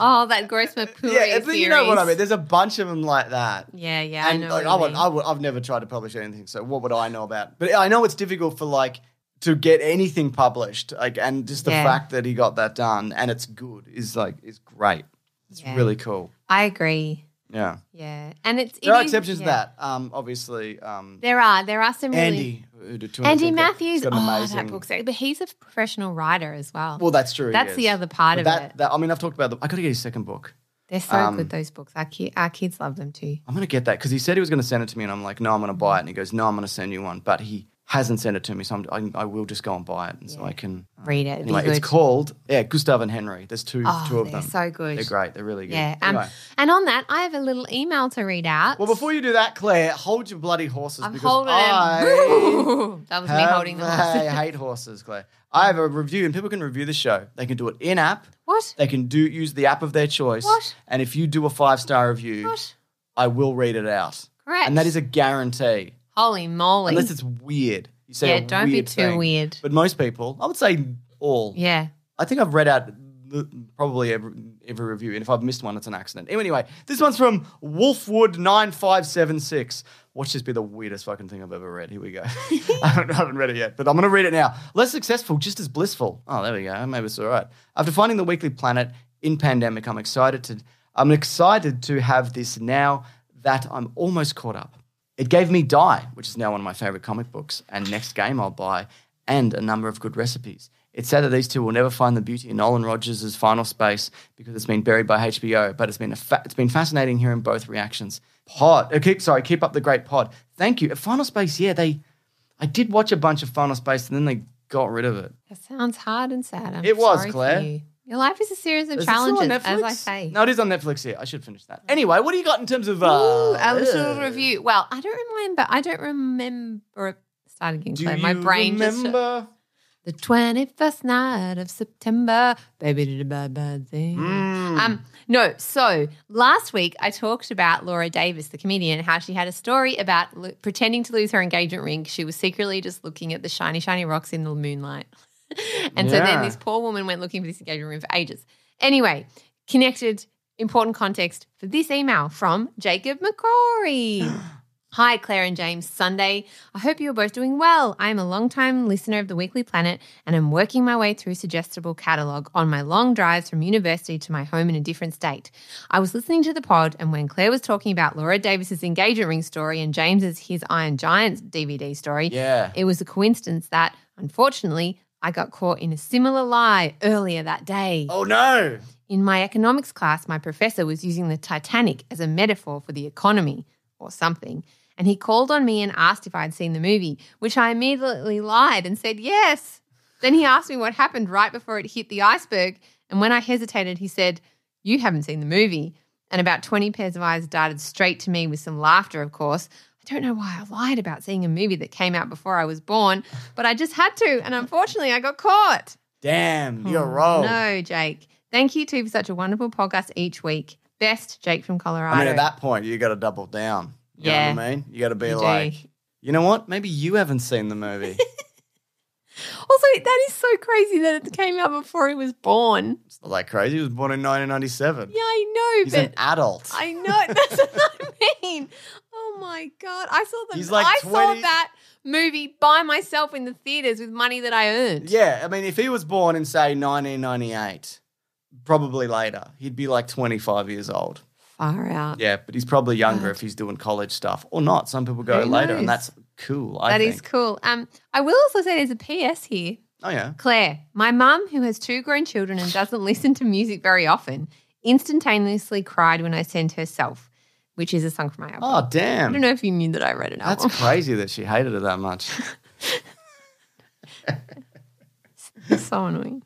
[SPEAKER 2] Oh, that gross McPooey.
[SPEAKER 3] yeah but you know what I
[SPEAKER 2] series.
[SPEAKER 3] mean there's a bunch of them like that
[SPEAKER 2] Yeah, yeah.
[SPEAKER 3] and
[SPEAKER 2] I know
[SPEAKER 3] like
[SPEAKER 2] what
[SPEAKER 3] I
[SPEAKER 2] you
[SPEAKER 3] would,
[SPEAKER 2] mean.
[SPEAKER 3] I would, I've never tried to publish anything, so what would I know about? But I know it's difficult for like to get anything published, like, and just the
[SPEAKER 2] Yeah.
[SPEAKER 3] fact that he got that done and it's good is like is great. It's
[SPEAKER 2] Yeah.
[SPEAKER 3] really cool.
[SPEAKER 2] I agree.
[SPEAKER 3] Yeah.
[SPEAKER 2] Yeah, and it's
[SPEAKER 3] There
[SPEAKER 2] it
[SPEAKER 3] are
[SPEAKER 2] is-
[SPEAKER 3] exceptions
[SPEAKER 2] yeah.
[SPEAKER 3] to that. Um, obviously, um,
[SPEAKER 2] There are there are some really
[SPEAKER 3] Andy. who did Two
[SPEAKER 2] Andy
[SPEAKER 3] Hundred Things that-
[SPEAKER 2] Matthews.
[SPEAKER 3] got an
[SPEAKER 2] Oh,
[SPEAKER 3] amazing-
[SPEAKER 2] that book's but he's a professional writer as well.
[SPEAKER 3] Well, that's true. he
[SPEAKER 2] that's
[SPEAKER 3] is.
[SPEAKER 2] the other part
[SPEAKER 3] But
[SPEAKER 2] of
[SPEAKER 3] that,
[SPEAKER 2] it.
[SPEAKER 3] That, I mean, I've talked about. The, I got to get his second book.
[SPEAKER 2] They're so
[SPEAKER 3] um,
[SPEAKER 2] good. Those books. Our, ki- our kids love them too.
[SPEAKER 3] I'm gonna get that because he said he was gonna send it to me, and I'm like, no, I'm gonna buy it. And he goes, no, I'm gonna send you one, but he hasn't sent it to me, so I'm, I, I will just go and buy it, and so
[SPEAKER 2] Yeah.
[SPEAKER 3] I can uh,
[SPEAKER 2] Read it. It'd be
[SPEAKER 3] Anyway, it's
[SPEAKER 2] good.
[SPEAKER 3] called yeah, Gustav and Henry. There's two
[SPEAKER 2] Oh,
[SPEAKER 3] two of
[SPEAKER 2] they're
[SPEAKER 3] them.
[SPEAKER 2] so good.
[SPEAKER 3] They're great. They're really good.
[SPEAKER 2] Yeah. Um,
[SPEAKER 3] Anyway.
[SPEAKER 2] And on that, I have a little email to read out.
[SPEAKER 3] Well, before you do that, Claire, hold your bloody horses
[SPEAKER 2] I'm
[SPEAKER 3] because
[SPEAKER 2] holding
[SPEAKER 3] I
[SPEAKER 2] them. that was me
[SPEAKER 3] have-
[SPEAKER 2] holding them.
[SPEAKER 3] I hate horses, Claire. I have a review, and people can review the show. They can do it in app.
[SPEAKER 2] What?
[SPEAKER 3] They can do use the app of their choice.
[SPEAKER 2] What?
[SPEAKER 3] And if you do a five star review,
[SPEAKER 2] What?
[SPEAKER 3] I will read it out.
[SPEAKER 2] Correct.
[SPEAKER 3] And that is a guarantee.
[SPEAKER 2] Holy moly.
[SPEAKER 3] Unless it's weird. You say
[SPEAKER 2] Yeah,
[SPEAKER 3] a
[SPEAKER 2] don't be
[SPEAKER 3] weird
[SPEAKER 2] too
[SPEAKER 3] thing.
[SPEAKER 2] weird.
[SPEAKER 3] But most people, I would say all.
[SPEAKER 2] yeah.
[SPEAKER 3] I think I've read out the, probably every, every review, and if I've missed one, it's an accident. Anyway, this one's from Wolfwood9576. Watch this be the weirdest fucking thing I've ever read. Here we go. I, haven't, I haven't read it yet, but I'm going to read it now. Less successful, just as blissful. Oh, there we go. Maybe it's all right. After finding the Weekly Planet in pandemic, I'm excited to. I'm excited to have this now that I'm almost caught up. It gave me Die, which is now one of my favorite comic books, and Next Game I'll buy, and a number of good recipes. It's sad that these two will never find the beauty in Nolan Rogers' Final Space because it's been buried by HBO, but it's been a fa- it's been fascinating hearing both reactions. Pod, uh, keep sorry, keep up the great pod. Thank you. Final Space, yeah, they, I did watch a bunch of Final Space and then they got rid of it.
[SPEAKER 2] That sounds hard and sad. I'm
[SPEAKER 3] It was,
[SPEAKER 2] sorry for
[SPEAKER 3] Claire.
[SPEAKER 2] you. Your life is a series of
[SPEAKER 3] Is it still on
[SPEAKER 2] challenges, as I
[SPEAKER 3] Netflix?
[SPEAKER 2] say.
[SPEAKER 3] No, it is on Netflix. Yeah, I should finish that. Anyway, what do you got in terms of uh,
[SPEAKER 2] Ooh, a little
[SPEAKER 3] uh,
[SPEAKER 2] review. Well, I don't remember. I don't remember. it. Start again.
[SPEAKER 3] Do
[SPEAKER 2] Claire. My
[SPEAKER 3] you
[SPEAKER 2] brain just
[SPEAKER 3] remember?
[SPEAKER 2] the twenty first night of September. Baby did a bad bad thing.
[SPEAKER 3] Mm.
[SPEAKER 2] Um, no. So last week I talked about Laura Davis, the comedian, how she had a story about lo- pretending to lose her engagement ring. She was secretly just looking at the shiny, shiny rocks in the moonlight. and so then
[SPEAKER 3] Yeah.
[SPEAKER 2] this poor woman went looking for this engagement ring for ages. Anyway, connected, important context for this email from Jacob McCrory. Hi, Claire and James. Sunday. I hope you're both doing well. I am a long-time listener of the Weekly Planet and I'm working my way through Suggestible catalogue on my long drives from university to my home in a different state. I was listening to the pod, and when Claire was talking about Laura Davis's engagement ring story and James's His Iron Giants DVD story,
[SPEAKER 3] Yeah.
[SPEAKER 2] it was a coincidence that, unfortunately, I got caught in a similar lie earlier that day.
[SPEAKER 3] Oh no.
[SPEAKER 2] In my economics class, my professor was using the Titanic as a metaphor for the economy or something. And he called on me and asked if I'd seen the movie, which I immediately lied and said yes. Then he asked me what happened right before it hit the iceberg. And when I hesitated, he said, You haven't seen the movie. And about 20 pairs of eyes darted straight to me with some laughter, of course. I don't know why I lied about seeing a movie that came out before I was born, but I just had to. And unfortunately, I got caught.
[SPEAKER 3] Damn, you're wrong.
[SPEAKER 2] Hmm. No, Jake. Thank you two for such a wonderful podcast each week. Best, Jake from Colorado.
[SPEAKER 3] I mean, at that point, you got to double down. You
[SPEAKER 2] Yeah.
[SPEAKER 3] know what I mean? You got to be
[SPEAKER 2] You do.
[SPEAKER 3] like, you know what? Maybe you haven't seen the movie.
[SPEAKER 2] Also, that is so crazy that it came out before he was born.
[SPEAKER 3] it's not that crazy. He was born in 1997.
[SPEAKER 2] Yeah, I know,
[SPEAKER 3] He's
[SPEAKER 2] but
[SPEAKER 3] an adult.
[SPEAKER 2] I know that's what I mean. Oh my god, I saw the
[SPEAKER 3] He's like
[SPEAKER 2] I saw
[SPEAKER 3] 20
[SPEAKER 2] that movie by myself in the theaters with money that I earned.
[SPEAKER 3] yeah, I mean, if he was born in, say, 1998, probably later, he'd be like 25 years old.
[SPEAKER 2] Far out.
[SPEAKER 3] Yeah, but he's probably younger if he's doing college stuff or not. Some people go
[SPEAKER 2] Who
[SPEAKER 3] later, and
[SPEAKER 2] knows?
[SPEAKER 3] that's cool. I
[SPEAKER 2] That
[SPEAKER 3] think.
[SPEAKER 2] is cool. Um, I will also say there's a PS here.
[SPEAKER 3] Oh, yeah.
[SPEAKER 2] Claire, my mum, who has two grown children and doesn't listen to music very often, instantaneously cried when I sent her Self, which is a song from my album.
[SPEAKER 3] Oh,
[SPEAKER 2] I
[SPEAKER 3] damn.
[SPEAKER 2] don't know if you knew that I read an
[SPEAKER 3] That's
[SPEAKER 2] album.
[SPEAKER 3] crazy that she hated it that much.
[SPEAKER 2] That's so annoying.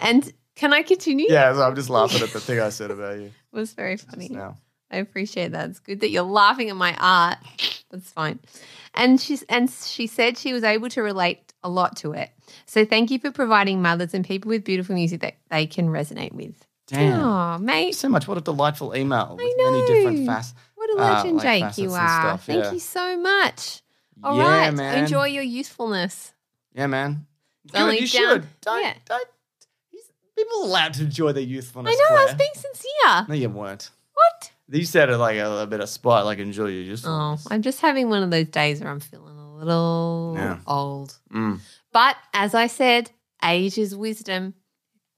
[SPEAKER 2] And can I continue?
[SPEAKER 3] yeah, so I'm just laughing at the thing I said about you
[SPEAKER 2] It was very funny.
[SPEAKER 3] just now.
[SPEAKER 2] I appreciate that. It's good that you're laughing at my art. That's fine. And she's and she said she was able to relate a lot to it. So thank you for providing mothers and people with beautiful music that they can resonate with.
[SPEAKER 3] Damn.
[SPEAKER 2] Oh, mate.
[SPEAKER 3] Thank you so much. What a delightful email with
[SPEAKER 2] know.
[SPEAKER 3] many different facets.
[SPEAKER 2] What a
[SPEAKER 3] uh,
[SPEAKER 2] legend,
[SPEAKER 3] like
[SPEAKER 2] Jake, you
[SPEAKER 3] facets and
[SPEAKER 2] are.
[SPEAKER 3] stuff,
[SPEAKER 2] Thank
[SPEAKER 3] yeah.
[SPEAKER 2] you so much. All
[SPEAKER 3] Yeah,
[SPEAKER 2] right,
[SPEAKER 3] man.
[SPEAKER 2] Enjoy your youthfulness.
[SPEAKER 3] Yeah, man.
[SPEAKER 2] It's only down-
[SPEAKER 3] you should. Don't,
[SPEAKER 2] yeah.
[SPEAKER 3] don't. he's- People are allowed to enjoy their
[SPEAKER 2] I
[SPEAKER 3] youthfulness.
[SPEAKER 2] know, I was
[SPEAKER 3] Claire.
[SPEAKER 2] being sincere.
[SPEAKER 3] No, you weren't.
[SPEAKER 2] What?
[SPEAKER 3] You said it like a, a bit of spite, like enjoy your
[SPEAKER 2] Oh,
[SPEAKER 3] youthfulness.
[SPEAKER 2] I'm just having one of those days where I'm feeling a little
[SPEAKER 3] Yeah.
[SPEAKER 2] old.
[SPEAKER 3] Mm.
[SPEAKER 2] But as I said, age is wisdom.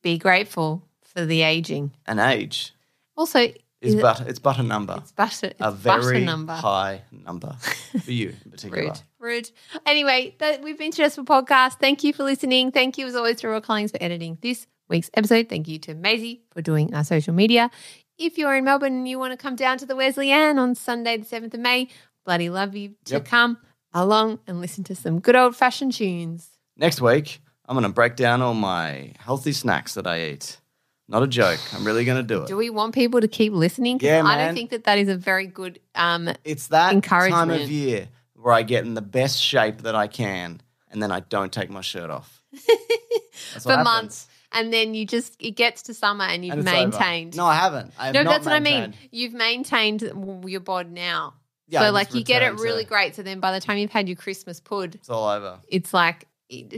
[SPEAKER 2] Be grateful for the aging.
[SPEAKER 3] An age.
[SPEAKER 2] Also,
[SPEAKER 3] is
[SPEAKER 2] Is it-
[SPEAKER 3] but it's but a number.
[SPEAKER 2] It's butter. It's
[SPEAKER 3] a very
[SPEAKER 2] butter number.
[SPEAKER 3] high number for you in particular.
[SPEAKER 2] Rude. Rude. Anyway, that, we've been to Just for Podcast. Thank you for listening. Thank you, as always, to Royal Collings for editing this week's episode. Thank you to Maisie for doing our social media. If you're in Melbourne and you want to come down to the Wesleyan on Sunday, the 7th of May, bloody love you to
[SPEAKER 3] Yep.
[SPEAKER 2] come along and listen to some good old fashioned tunes.
[SPEAKER 3] Next week, I'm going to break down all my healthy snacks that I eat. Not a joke. I'm really going to do it.
[SPEAKER 2] Do we want people to keep listening? 'Cause
[SPEAKER 3] Yeah,
[SPEAKER 2] I
[SPEAKER 3] man.
[SPEAKER 2] don't think that that is a very good. Um,
[SPEAKER 3] it's that time of
[SPEAKER 2] Encouragement.
[SPEAKER 3] year where I get in the best shape that I can and then I don't take my shirt off. That's what
[SPEAKER 2] For
[SPEAKER 3] happens.
[SPEAKER 2] months, and then you just it gets to summer and you've
[SPEAKER 3] And it's over.
[SPEAKER 2] maintained.
[SPEAKER 3] No, I haven't. I have
[SPEAKER 2] no,
[SPEAKER 3] not
[SPEAKER 2] that's what I
[SPEAKER 3] maintained.
[SPEAKER 2] mean. You've maintained w- your bod now.
[SPEAKER 3] Yeah, I
[SPEAKER 2] so
[SPEAKER 3] just
[SPEAKER 2] like you get it
[SPEAKER 3] returned to-
[SPEAKER 2] really great. So then by the time you've had your Christmas pud,
[SPEAKER 3] It's all over.
[SPEAKER 2] it's like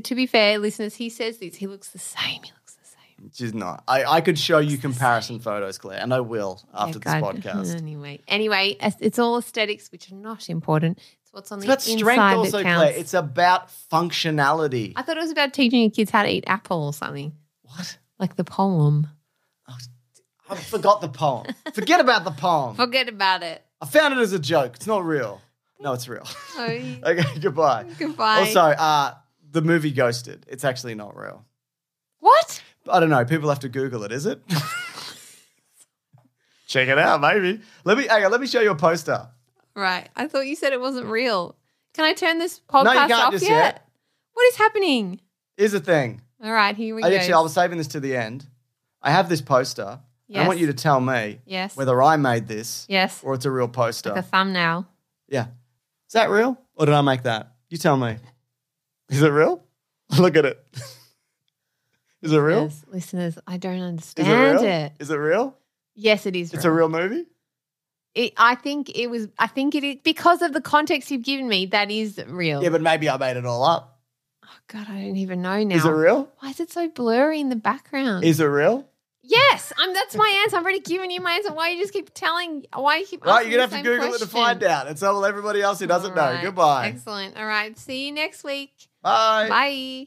[SPEAKER 2] to be fair, listeners, he says this. He looks the same. He looks the same.
[SPEAKER 3] She's not. I, I could show you comparison photos, Claire, and I will after
[SPEAKER 2] Yeah, God.
[SPEAKER 3] this podcast.
[SPEAKER 2] Anyway. Anyway, as- it's all aesthetics, which are not important. It's what's on
[SPEAKER 3] It's
[SPEAKER 2] the
[SPEAKER 3] about
[SPEAKER 2] inside
[SPEAKER 3] strength
[SPEAKER 2] that
[SPEAKER 3] also,
[SPEAKER 2] counts.
[SPEAKER 3] Claire. It's about functionality.
[SPEAKER 2] I thought it was about teaching your kids how to eat apple or something.
[SPEAKER 3] what?
[SPEAKER 2] Like the poem.
[SPEAKER 3] I forgot the poem. Forget about the poem.
[SPEAKER 2] Forget about it.
[SPEAKER 3] I found it as a joke. It's not real. No, it's real.
[SPEAKER 2] Oh,
[SPEAKER 3] okay, goodbye.
[SPEAKER 2] goodbye.
[SPEAKER 3] Also, uh, the movie Ghosted. It's actually not real.
[SPEAKER 2] what?
[SPEAKER 3] I don't know. People have to Google it. Is it? Check it out, maybe. Let me. Hang on, let me show you a poster.
[SPEAKER 2] Right. I thought you said it wasn't real. Can I turn this podcast
[SPEAKER 3] can't
[SPEAKER 2] off
[SPEAKER 3] just
[SPEAKER 2] yet?
[SPEAKER 3] yet.
[SPEAKER 2] What is happening?
[SPEAKER 3] Is a thing.
[SPEAKER 2] All right, here we
[SPEAKER 3] I
[SPEAKER 2] go.
[SPEAKER 3] actually, I was saving this to the end. I have this poster. and I want
[SPEAKER 2] Yes.
[SPEAKER 3] you to tell me
[SPEAKER 2] yes.
[SPEAKER 3] whether I made this
[SPEAKER 2] yes.
[SPEAKER 3] or it's a real poster.
[SPEAKER 2] Like a thumbnail.
[SPEAKER 3] yeah. Is that real? Or did I make that? You tell me. Is it real? Look at it. Is it real?
[SPEAKER 2] Yes, listeners, I don't
[SPEAKER 3] Is it real?
[SPEAKER 2] understand
[SPEAKER 3] Is
[SPEAKER 2] it,
[SPEAKER 3] it real?
[SPEAKER 2] Yes, it is.
[SPEAKER 3] It's a real movie?
[SPEAKER 2] It, I think it was. I think it is because of the context you've given me. That is real.
[SPEAKER 3] Yeah, but maybe I made it all up.
[SPEAKER 2] oh God, I don't even know now.
[SPEAKER 3] Is it real?
[SPEAKER 2] Why is it so blurry in the background?
[SPEAKER 3] Is it real?
[SPEAKER 2] yes, I'm. That's my answer. I've already given you my answer. Why you just keep telling? Why you keep?
[SPEAKER 3] Right,
[SPEAKER 2] asking
[SPEAKER 3] you're
[SPEAKER 2] the
[SPEAKER 3] going to have to
[SPEAKER 2] same
[SPEAKER 3] Google it to
[SPEAKER 2] question?
[SPEAKER 3] find out. And so will everybody else who doesn't
[SPEAKER 2] All
[SPEAKER 3] know.
[SPEAKER 2] right.
[SPEAKER 3] Goodbye.
[SPEAKER 2] Excellent. All right. See you next week.
[SPEAKER 3] Bye.
[SPEAKER 2] Bye.